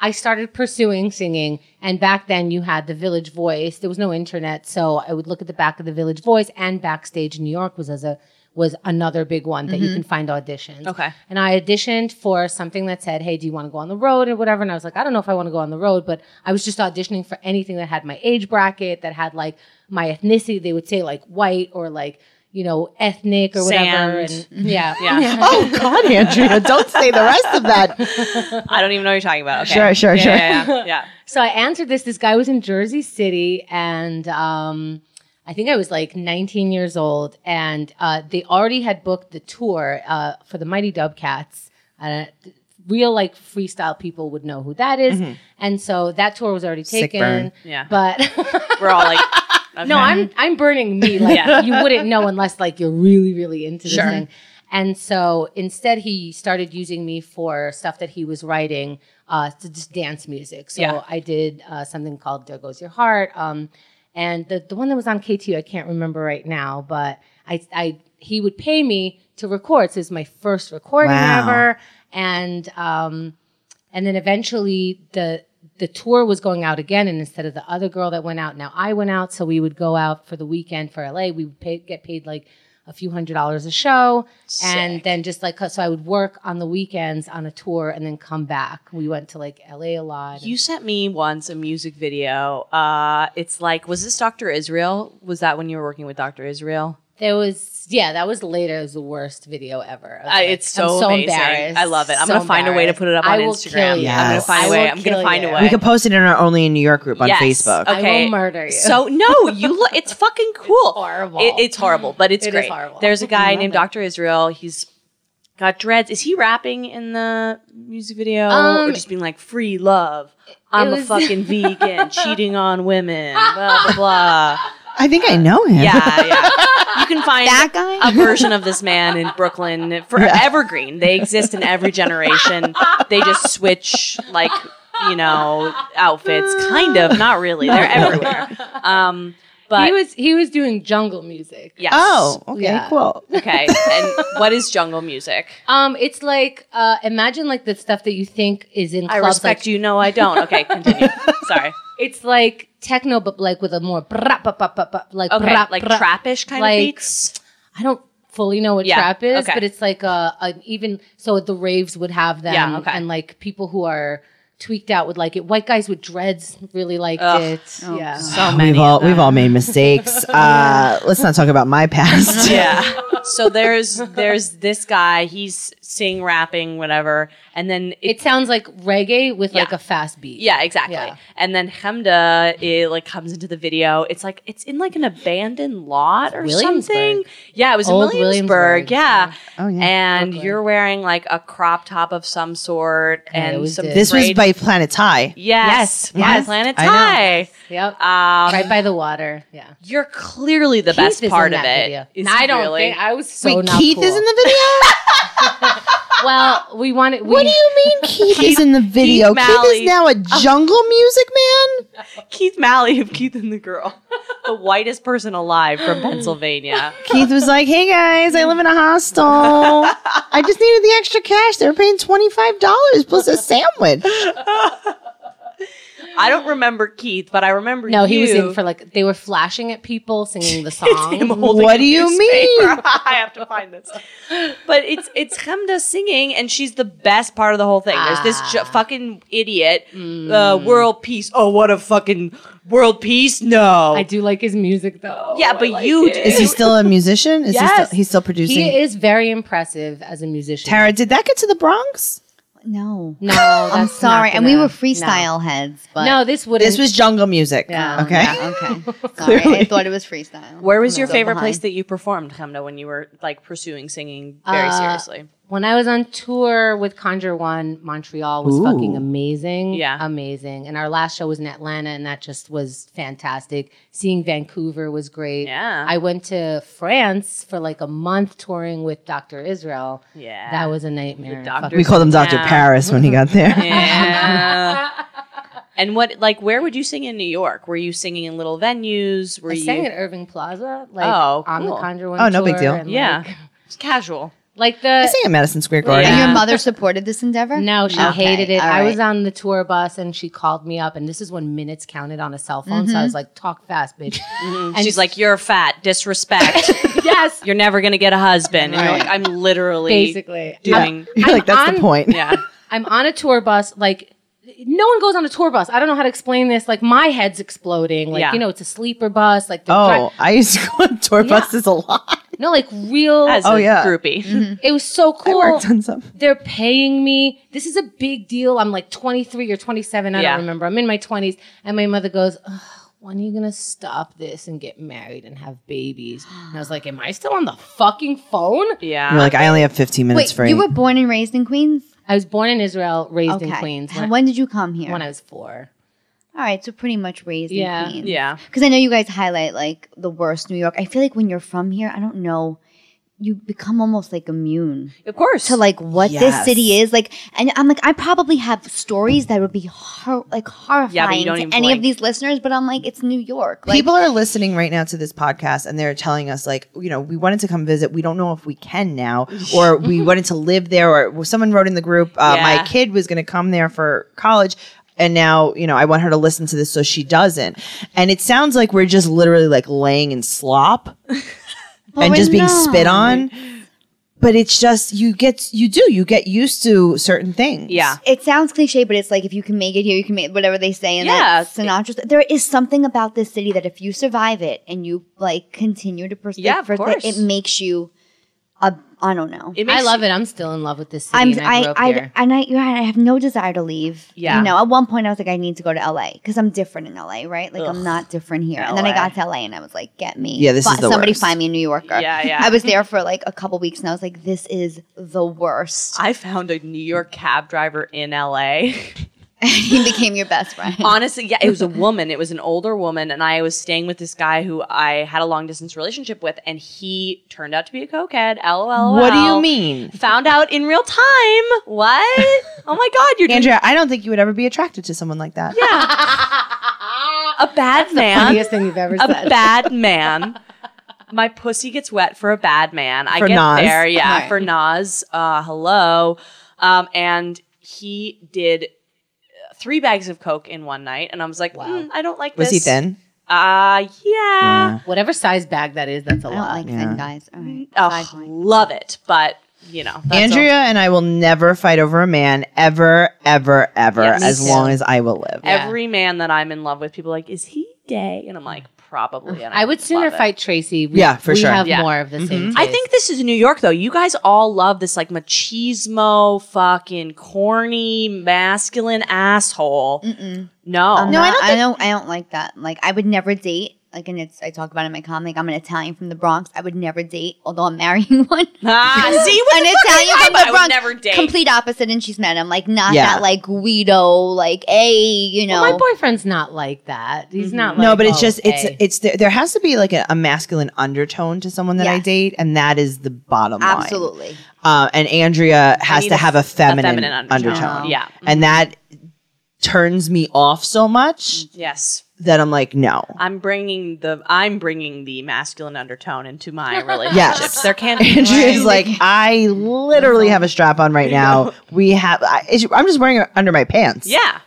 I started pursuing singing and back then you had the Village Voice. There was no internet, so I would look at the back of the Village Voice and backstage in New York was as a was another big one that you can find auditions.
Mm-hmm. Okay.
And I auditioned for something that said, "Hey, do you want to go on the road or whatever?" And I was like, "I don't know if I want to go on the road," but I was just auditioning for anything that had my age bracket, that had like my ethnicity. They would say like white or like you know ethnic or whatever.
Sand.
And yeah,
yeah
oh God, Andrea, don't say the rest of that.
i don't even know what you're talking about okay.
Sure, sure,
Yeah,
sure.
yeah, yeah, yeah.
So I answered this. This guy was in Jersey City, and um, I think I was like 19 years old, and uh, they already had booked the tour uh, for the Mighty Dubcats. Uh, real like freestyle people would know who that is. and so that tour was already
Mm-hmm. Sick
taken.
burn.
Yeah.
but
we're all like okay.
no, I'm I'm burning me. Like
Yeah.
you wouldn't know unless like you're really really into
Sure.
this thing. And so instead, he started using me for stuff that he was writing uh, to just dance music. So
Yeah.
I did uh, something called "There Goes Your Heart," um, and the the one that was on KTU I can't remember right now, but I I he would pay me to record. So it was my first recording
Wow.
ever, and um, and then eventually the the tour was going out again and instead of the other girl that went out now i went out so we would go out for the weekend for la we would pay, get paid like a few hundred dollars a show and then just like so i would work on the weekends on a tour and then come back we went to like la a lot
You sent me once a music video. Uh, it's like, was this Dr. Israel? Was that when you were working with Dr. Israel?
there was yeah that was later it was the worst video ever I was
Uh,
like,
it's
I'm
so, amazing. I love it. I'm
so
gonna find a way to
embarrassed.
put it up
I
on
will
Instagram.
kill you.
I'm gonna
Yes.
find
I
a way.
will
I'm gonna
kill
find
you.
a way.
We could post it in our only in New York group on
Yes.
Facebook.
I will
Okay.
murder you.
So no, you. Lo- it's fucking cool.
horrible.
It- it's horrible, but it's
It is
great.
horrible.
There's a
I
guy
love
named
it.
Dr. Israel. He's got dreads. Is he rapping in the music video or
Um,
just being like free love? I'm a
was-
fucking vegan, cheating on women, blah blah blah.
I think I know him.
Yeah, yeah. You can find
That guy?
Oh,
a version of this man in Brooklyn for evergreen. They exist in every generation. They just switch like you know outfits, kind of, not really. They're everywhere. Um, but
he was he was doing jungle music
yes.
Oh, okay,
Yeah.
cool.
Okay. And what is jungle music?
Um, it's like uh, imagine like the stuff that you think is in
I
clubs.
respect
like,
you. No, I don't. Okay, continue. Sorry.
It's like techno, but like with a more brap, brap, brap, brap, brap, like
Okay,
brap,
like
brap.
trappish kind
Like-
of beats.
I don't fully know what
Yeah,
trap is,
okay.
but it's like a, a even so the raves would have them,
Yeah, okay.
and like people who are tweaked out would like it. White guys with dreads really liked
Ugh.
it. yeah.
So many.
We've all we've all made mistakes. Uh, let's not talk about my past.
yeah. so there's there's this guy. He's sing, rapping, whatever, and then it,
It sounds like reggae with like
Yeah.
a fast beat.
yeah, exactly.
Yeah.
And then Hemda it like comes into the video. It's like it's in like an abandoned lot or
Williamsburg.
something. Yeah, it was
Old
in Williamsburg.
Williamsburg,
Yeah.
Oh, yeah.
And you're wearing like a crop top of some sort and
always
some
did.
This was
braid-
by Planet High.
Yes,
Yes,
my
yes.
planet
I know.
Thai.
Yep.
Um,
right by the water. Yeah.
You're clearly the best
is
part
in
of
that
it.
video.
Is
I don't
really-
think I was so
Wait,
not
Keith
cool.
is in the video?
Well, we wanted. We,
what do you mean Keith is in the video? Keith,
Malley.
is now a jungle music man?
Keith Malley of Keith and the Girl, the whitest person alive from Pennsylvania.
Keith was like, hey guys, I live in a hostel. I just needed the extra cash. They were paying $25 plus a sandwich.
I don't remember Keith, but I remember
No, he was
you.
in for like they were flashing at people singing the song.
holding
What
a
do you mean?
newspaper. I have to find this. But it's it's Hemda singing, and she's the best part of the whole thing. There's this ju- fucking idiot, uh, world peace. Oh, what a fucking world peace! No,
I do like his music though.
yeah,
I
but
like
you
it.
Is he still a musician? Is he
Yes.
still, he's still producing.
He is very impressive as a musician.
Tara, did that get to the Bronx?
No.
No, that's
I'm
not
sorry. And we
gonna-
were freestyle heads, but
No, this would
This was jungle music.
Yeah.
Okay.
Yeah, okay. Sorry, I thought it was freestyle.
Where was your
So
favorite
behind.
place that you performed, Hemda, when you were like pursuing singing very seriously?
when I was on tour with Conjure One, Montreal was fucking amazing.
Yeah.
Amazing. And our last show was in Atlanta, and that just was fantastic. Seeing Vancouver was great.
Yeah.
I went to France for like a month touring with Dr. Israel.
Yeah.
That was a nightmare.
doctor.
Fuck-
We called him Dr. Paris when he got there.
Yeah. and what like where would you sing in New York? Were you singing in little venues? Were
I
you
sang at Irving Plaza, like
Oh,
on the
cool.
Conjure One.
Oh, no big
tour,
deal.
and,
Yeah.
like-
It's casual.
like the
I sang at Madison Square Garden.
And
Yeah.
your mother supported this endeavor?
No, she
Okay,
hated it.
all
I
right.
was on the tour bus and she called me up, and this is when minutes counted on a cell phone. So I
Mm-hmm.
was like, talk fast, bitch.
And she's like, You're fat, disrespect.
yes,
You're never gonna get a husband. And you're like, I'm literally
basically.
doing
You're like, that's the
on-
point.
Yeah.
I'm on a tour bus. Like, no one goes on a tour bus. I don't know how to explain this. Like, my head's exploding. Like,
Yeah.
you know, it's a sleeper bus. Like, the
Oh, I used to go on tour buses a lot.
no, like real.
As
Oh,
a
yeah.
groupie.
it was so
I
cool.
worked on some.
they're paying me. This is a big deal. I'm like 23 or 27. I
Yeah.
don't remember. I'm in my 20s. And my mother goes, Ugh, when are you going to stop this and get married and have babies? And I was like, am I still on the fucking phone?
Yeah.
You're like, I only have 15 minutes
Wait,
free.
you were born and raised in Queens?
I was born in Israel, raised in Queens
When,
when,
when did you come here?
when I was four.
All right, so pretty much raised
Yeah.
in
Mm.
Queens.
yeah.
Because I know you guys highlight like the worst New York. I feel like when you're from here, I don't know, you become almost like immune
Of course.
to like what
Yes.
this city is. Like, and I'm like, I probably have stories that would be hor- like horrifying
don't
to
even
any
blink.
of these listeners, but I'm like, it's New York. Like,
People are listening right now to this podcast and they're telling us, like, you know, we wanted to come visit. We don't know if we can now, or we wanted to live there, or someone wrote in the group, uh,
Yeah.
my kid was going to come there for college. And now, you know, I want her to listen to this so she doesn't. And it sounds like we're just literally like laying in slop
But
and
we're
just being
not.
spit on. But it's just, you get, you do, you get used to certain things.
yeah.
It sounds cliche, but it's like if you can make it here, you can make whatever they say. And
Yeah.
yeah, Sinatra. There is something about this city that if you survive it and you like continue to pursue,
Yeah, of course.
it makes you. A, I don't know.
It
I
makes
love it. I'm still in love with this city.
I'm,
and I, grew
I,
up
I,
here.
and I, you're right, I have no desire to leave.
Yeah.
You know, at one point I was like, I need to go to LA because I'm different in LA, right? Like, I'm not different here. And then I got to LA and I was like, get me.
Yeah, this is the
Somebody
worst.
find me a New Yorker.
Yeah, yeah.
I was there for like a couple weeks and I was like, this is the worst.
I found a New York cab driver in LA.
he became your best friend.
Honestly, yeah, it was a woman. It was an older woman, and I was staying with this guy who I had a long distance relationship with, and he turned out to be a cokehead. LOL.
What do you mean?
Found out in real time. What? Oh my God, you're doing
Andrea, I don't think you would ever be attracted to someone like that. Yeah.
a bad man.
Funniest thing you've ever
A
said.
bad man. My pussy gets wet for a bad man. I
For
get
Nas.
there, yeah,
Right.
for Nas. Uh, hello, um, and he did uh, three bags of coke in one night, and I was like, "Mm, I don't like
Was
this.
he thin?
Uh, yeah.
Whatever size bag that is, that's a
I don't
lot.
like thin guys. All right.
Oh, love it, but you know, that's
Andrea and I will never fight over a man ever, ever, ever,
Yes.
as
Me too.
long as I will live.
all. every man that I'm in love with, people are like, is he gay? And I'm like, probably. And
I would sooner
love it.
fight Tracy. We,
Yeah, for
we
sure. Mm-hmm.
have
Yeah.
more of the same.
I
taste.
think this is New York though. You guys all love this like machismo, fucking corny, masculine asshole.
Mm-mm.
No,
I'm
No, I don't
not- oh, I don't. I don't like that. Like, I would never date. Like, and it's I talk about it in my comic. I'm an Italian from the Bronx. I would never date, although I'm marrying one.
ah, see, what
an
the fuck
Italian
is that?
from the
I
Bronx,
would never date.
complete opposite, and she's mad. I'm like not
Yeah.
that like Guido, like a you know.
Well, my boyfriend's not like that. He's not. Like,
no, but it's
oh,
just it's
hey.
it's there, there has to be like a, a masculine undertone to someone that I
Yes.
date, and that is the bottom line.
Absolutely.
Uh, and Andrea has
need
to
a-
have a feminine,
feminine undertone.
undertone, Mm-hmm.
Yeah.
and that turns me off so much
yes,
that I'm like, no,
I'm bringing the I'm bringing the masculine undertone into my relationships.
Yes.
There can't be
Andrea's like, I literally have a strap on right now. We have, I, it's- I'm just wearing it under my pants.
yeah,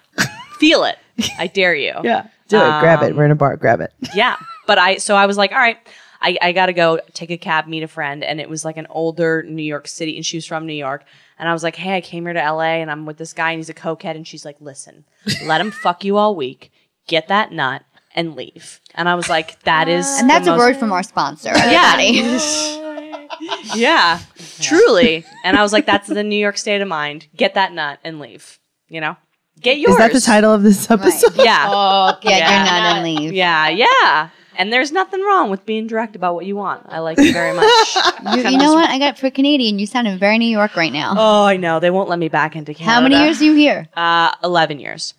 feel it. I dare you.
Yeah. Do it. grab
Um,
it. We're in a bar. Grab it.
yeah. But I, so I was like, all right, I, I got to go take a cab, meet a friend. And it was like an older New York City, and she was from New York. And I was like, hey, I came here to LA and I'm with this guy and he's a cokehead. And she's like, listen, let him fuck you all week, get that nut, and leave. And I was like, that is.
And that's
the
a
most-
word from our sponsor.
Yeah.
everybody.
Yeah, truly. And I was like, that's the New York state of mind. Get that nut and leave. You know? Get yours.
Is that the title of this episode?
Yeah.
Oh,
Get
Yeah.
your nut and leave.
Yeah, yeah. And there's nothing wrong with being direct about what you want. I like it very much.
You, you know what? I got for Canadian. You sounding very New York right now.
Oh, I know. They won't let me back into Canada.
How many years are you here?
Uh, 11 years.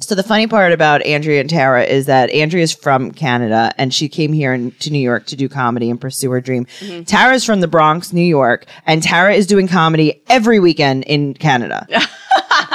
So the funny part about Andrea and Tara is that Andrea is from Canada and she came here in, to New York to do comedy and pursue her dream.
Mm-hmm.
Tara's from the Bronx, New York, and Tara is doing comedy every weekend in Canada.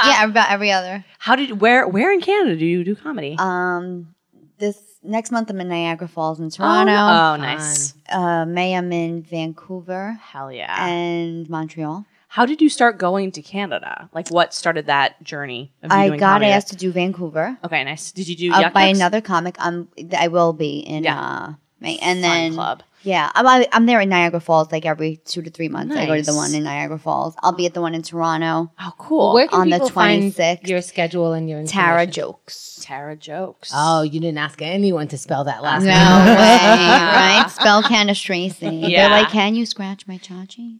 yeah, about every other.
How did where where in Canada do you do comedy?
Um, this next month I'm in Niagara Falls in Toronto.
oh, nice.
uh, May I'm in Vancouver
Hell yeah.
and Montreal.
How did you start going to Canada? Like what started that journey of you
I
doing
got
comedy? Oh,
asked to do Vancouver
Okay, nice. Did you do
uh,
Yuck
by
Yucks?
another comic. I'm I will be in
Yeah.
uh, May and
Fun
then
club?
yeah I'm I- I'm there in Niagara Falls like every two to three months. I go to the
Nice.
one in Niagara Falls. I'll be at the one in Toronto.
Oh, cool.
Where can
on the
people find
26th.
your schedule and your
Tara
information?
jokes.
Tara jokes.
Oh, you didn't ask anyone to spell that last
No way,
name.
right? Spell Candace Tracy.
Yeah.
They're like, can you scratch my chachi?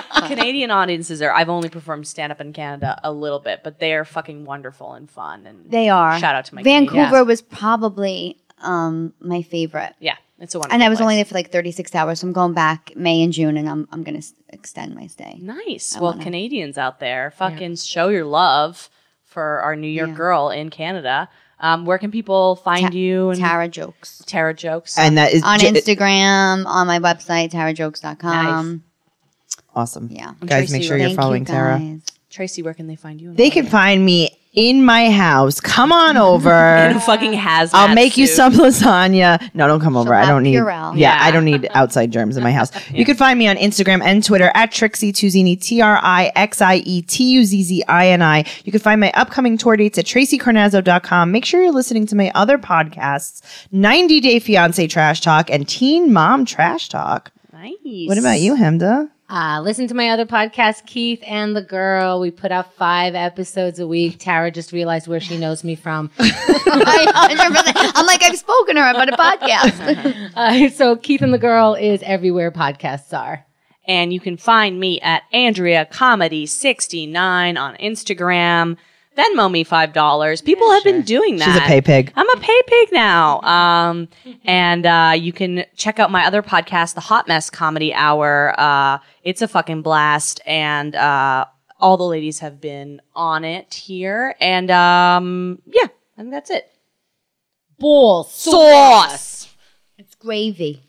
Canadian audiences are. I've only performed stand up in Canada a little bit, but they are fucking wonderful and fun. And
They are.
Shout out to my
Vancouver
Canadian-
was probably um, my favorite.
Yeah, it's a wonderful.
And I was
place.
only there for like 36 hours. So I'm going back May and June and I'm, I'm going to extend my stay.
Nice. well, Canadians out there, fucking show your love for our New York girl in Canada. Um, where can people find you and
Tara Jokes.
Tara jokes?
And that is
On
ju-
Instagram, on my website, tarajokes.com.
awesome.
Yeah.
Guys, make sure you're
Thank
following
you
Tara.
guys.
Tracy, where can they find you?
They can find me in my house. Come on over.
in a fucking hazmat.
I'll make you
suit.
some lasagna. No, don't come over. I
have
don't need.
Purell.
Yeah, I don't need outside germs in my house. You can find me on Instagram and Twitter at Trixie Tuzini, T R I X I E T U Z Z I N I. You can find my upcoming tour dates at tracycarnazzo.com. Make sure you're listening to my other podcasts, 90 Day Fiance Trash Talk and Teen Mom Trash Talk.
Nice.
What about you, Hemda?
Uh, listen to my other podcast, Keith and the Girl. We put out five episodes a week. Tara just realized where she knows me from.
I 100%. I'm like, I've spoken to her about a podcast.
Uh, so Keith and the Girl is everywhere podcasts are.
And you can find me at Andrea Comedy 69 on Instagram. Venmo me five dollars. People have been doing that.
She's a pay pig.
I'm a pay pig now. Um, and uh, you can check out my other podcast, The Hot Mess Comedy Hour. Uh, it's a fucking blast, and uh, all the ladies have been on it here. And um, yeah, and that's it.
Bull
Sauce.
it's gravy.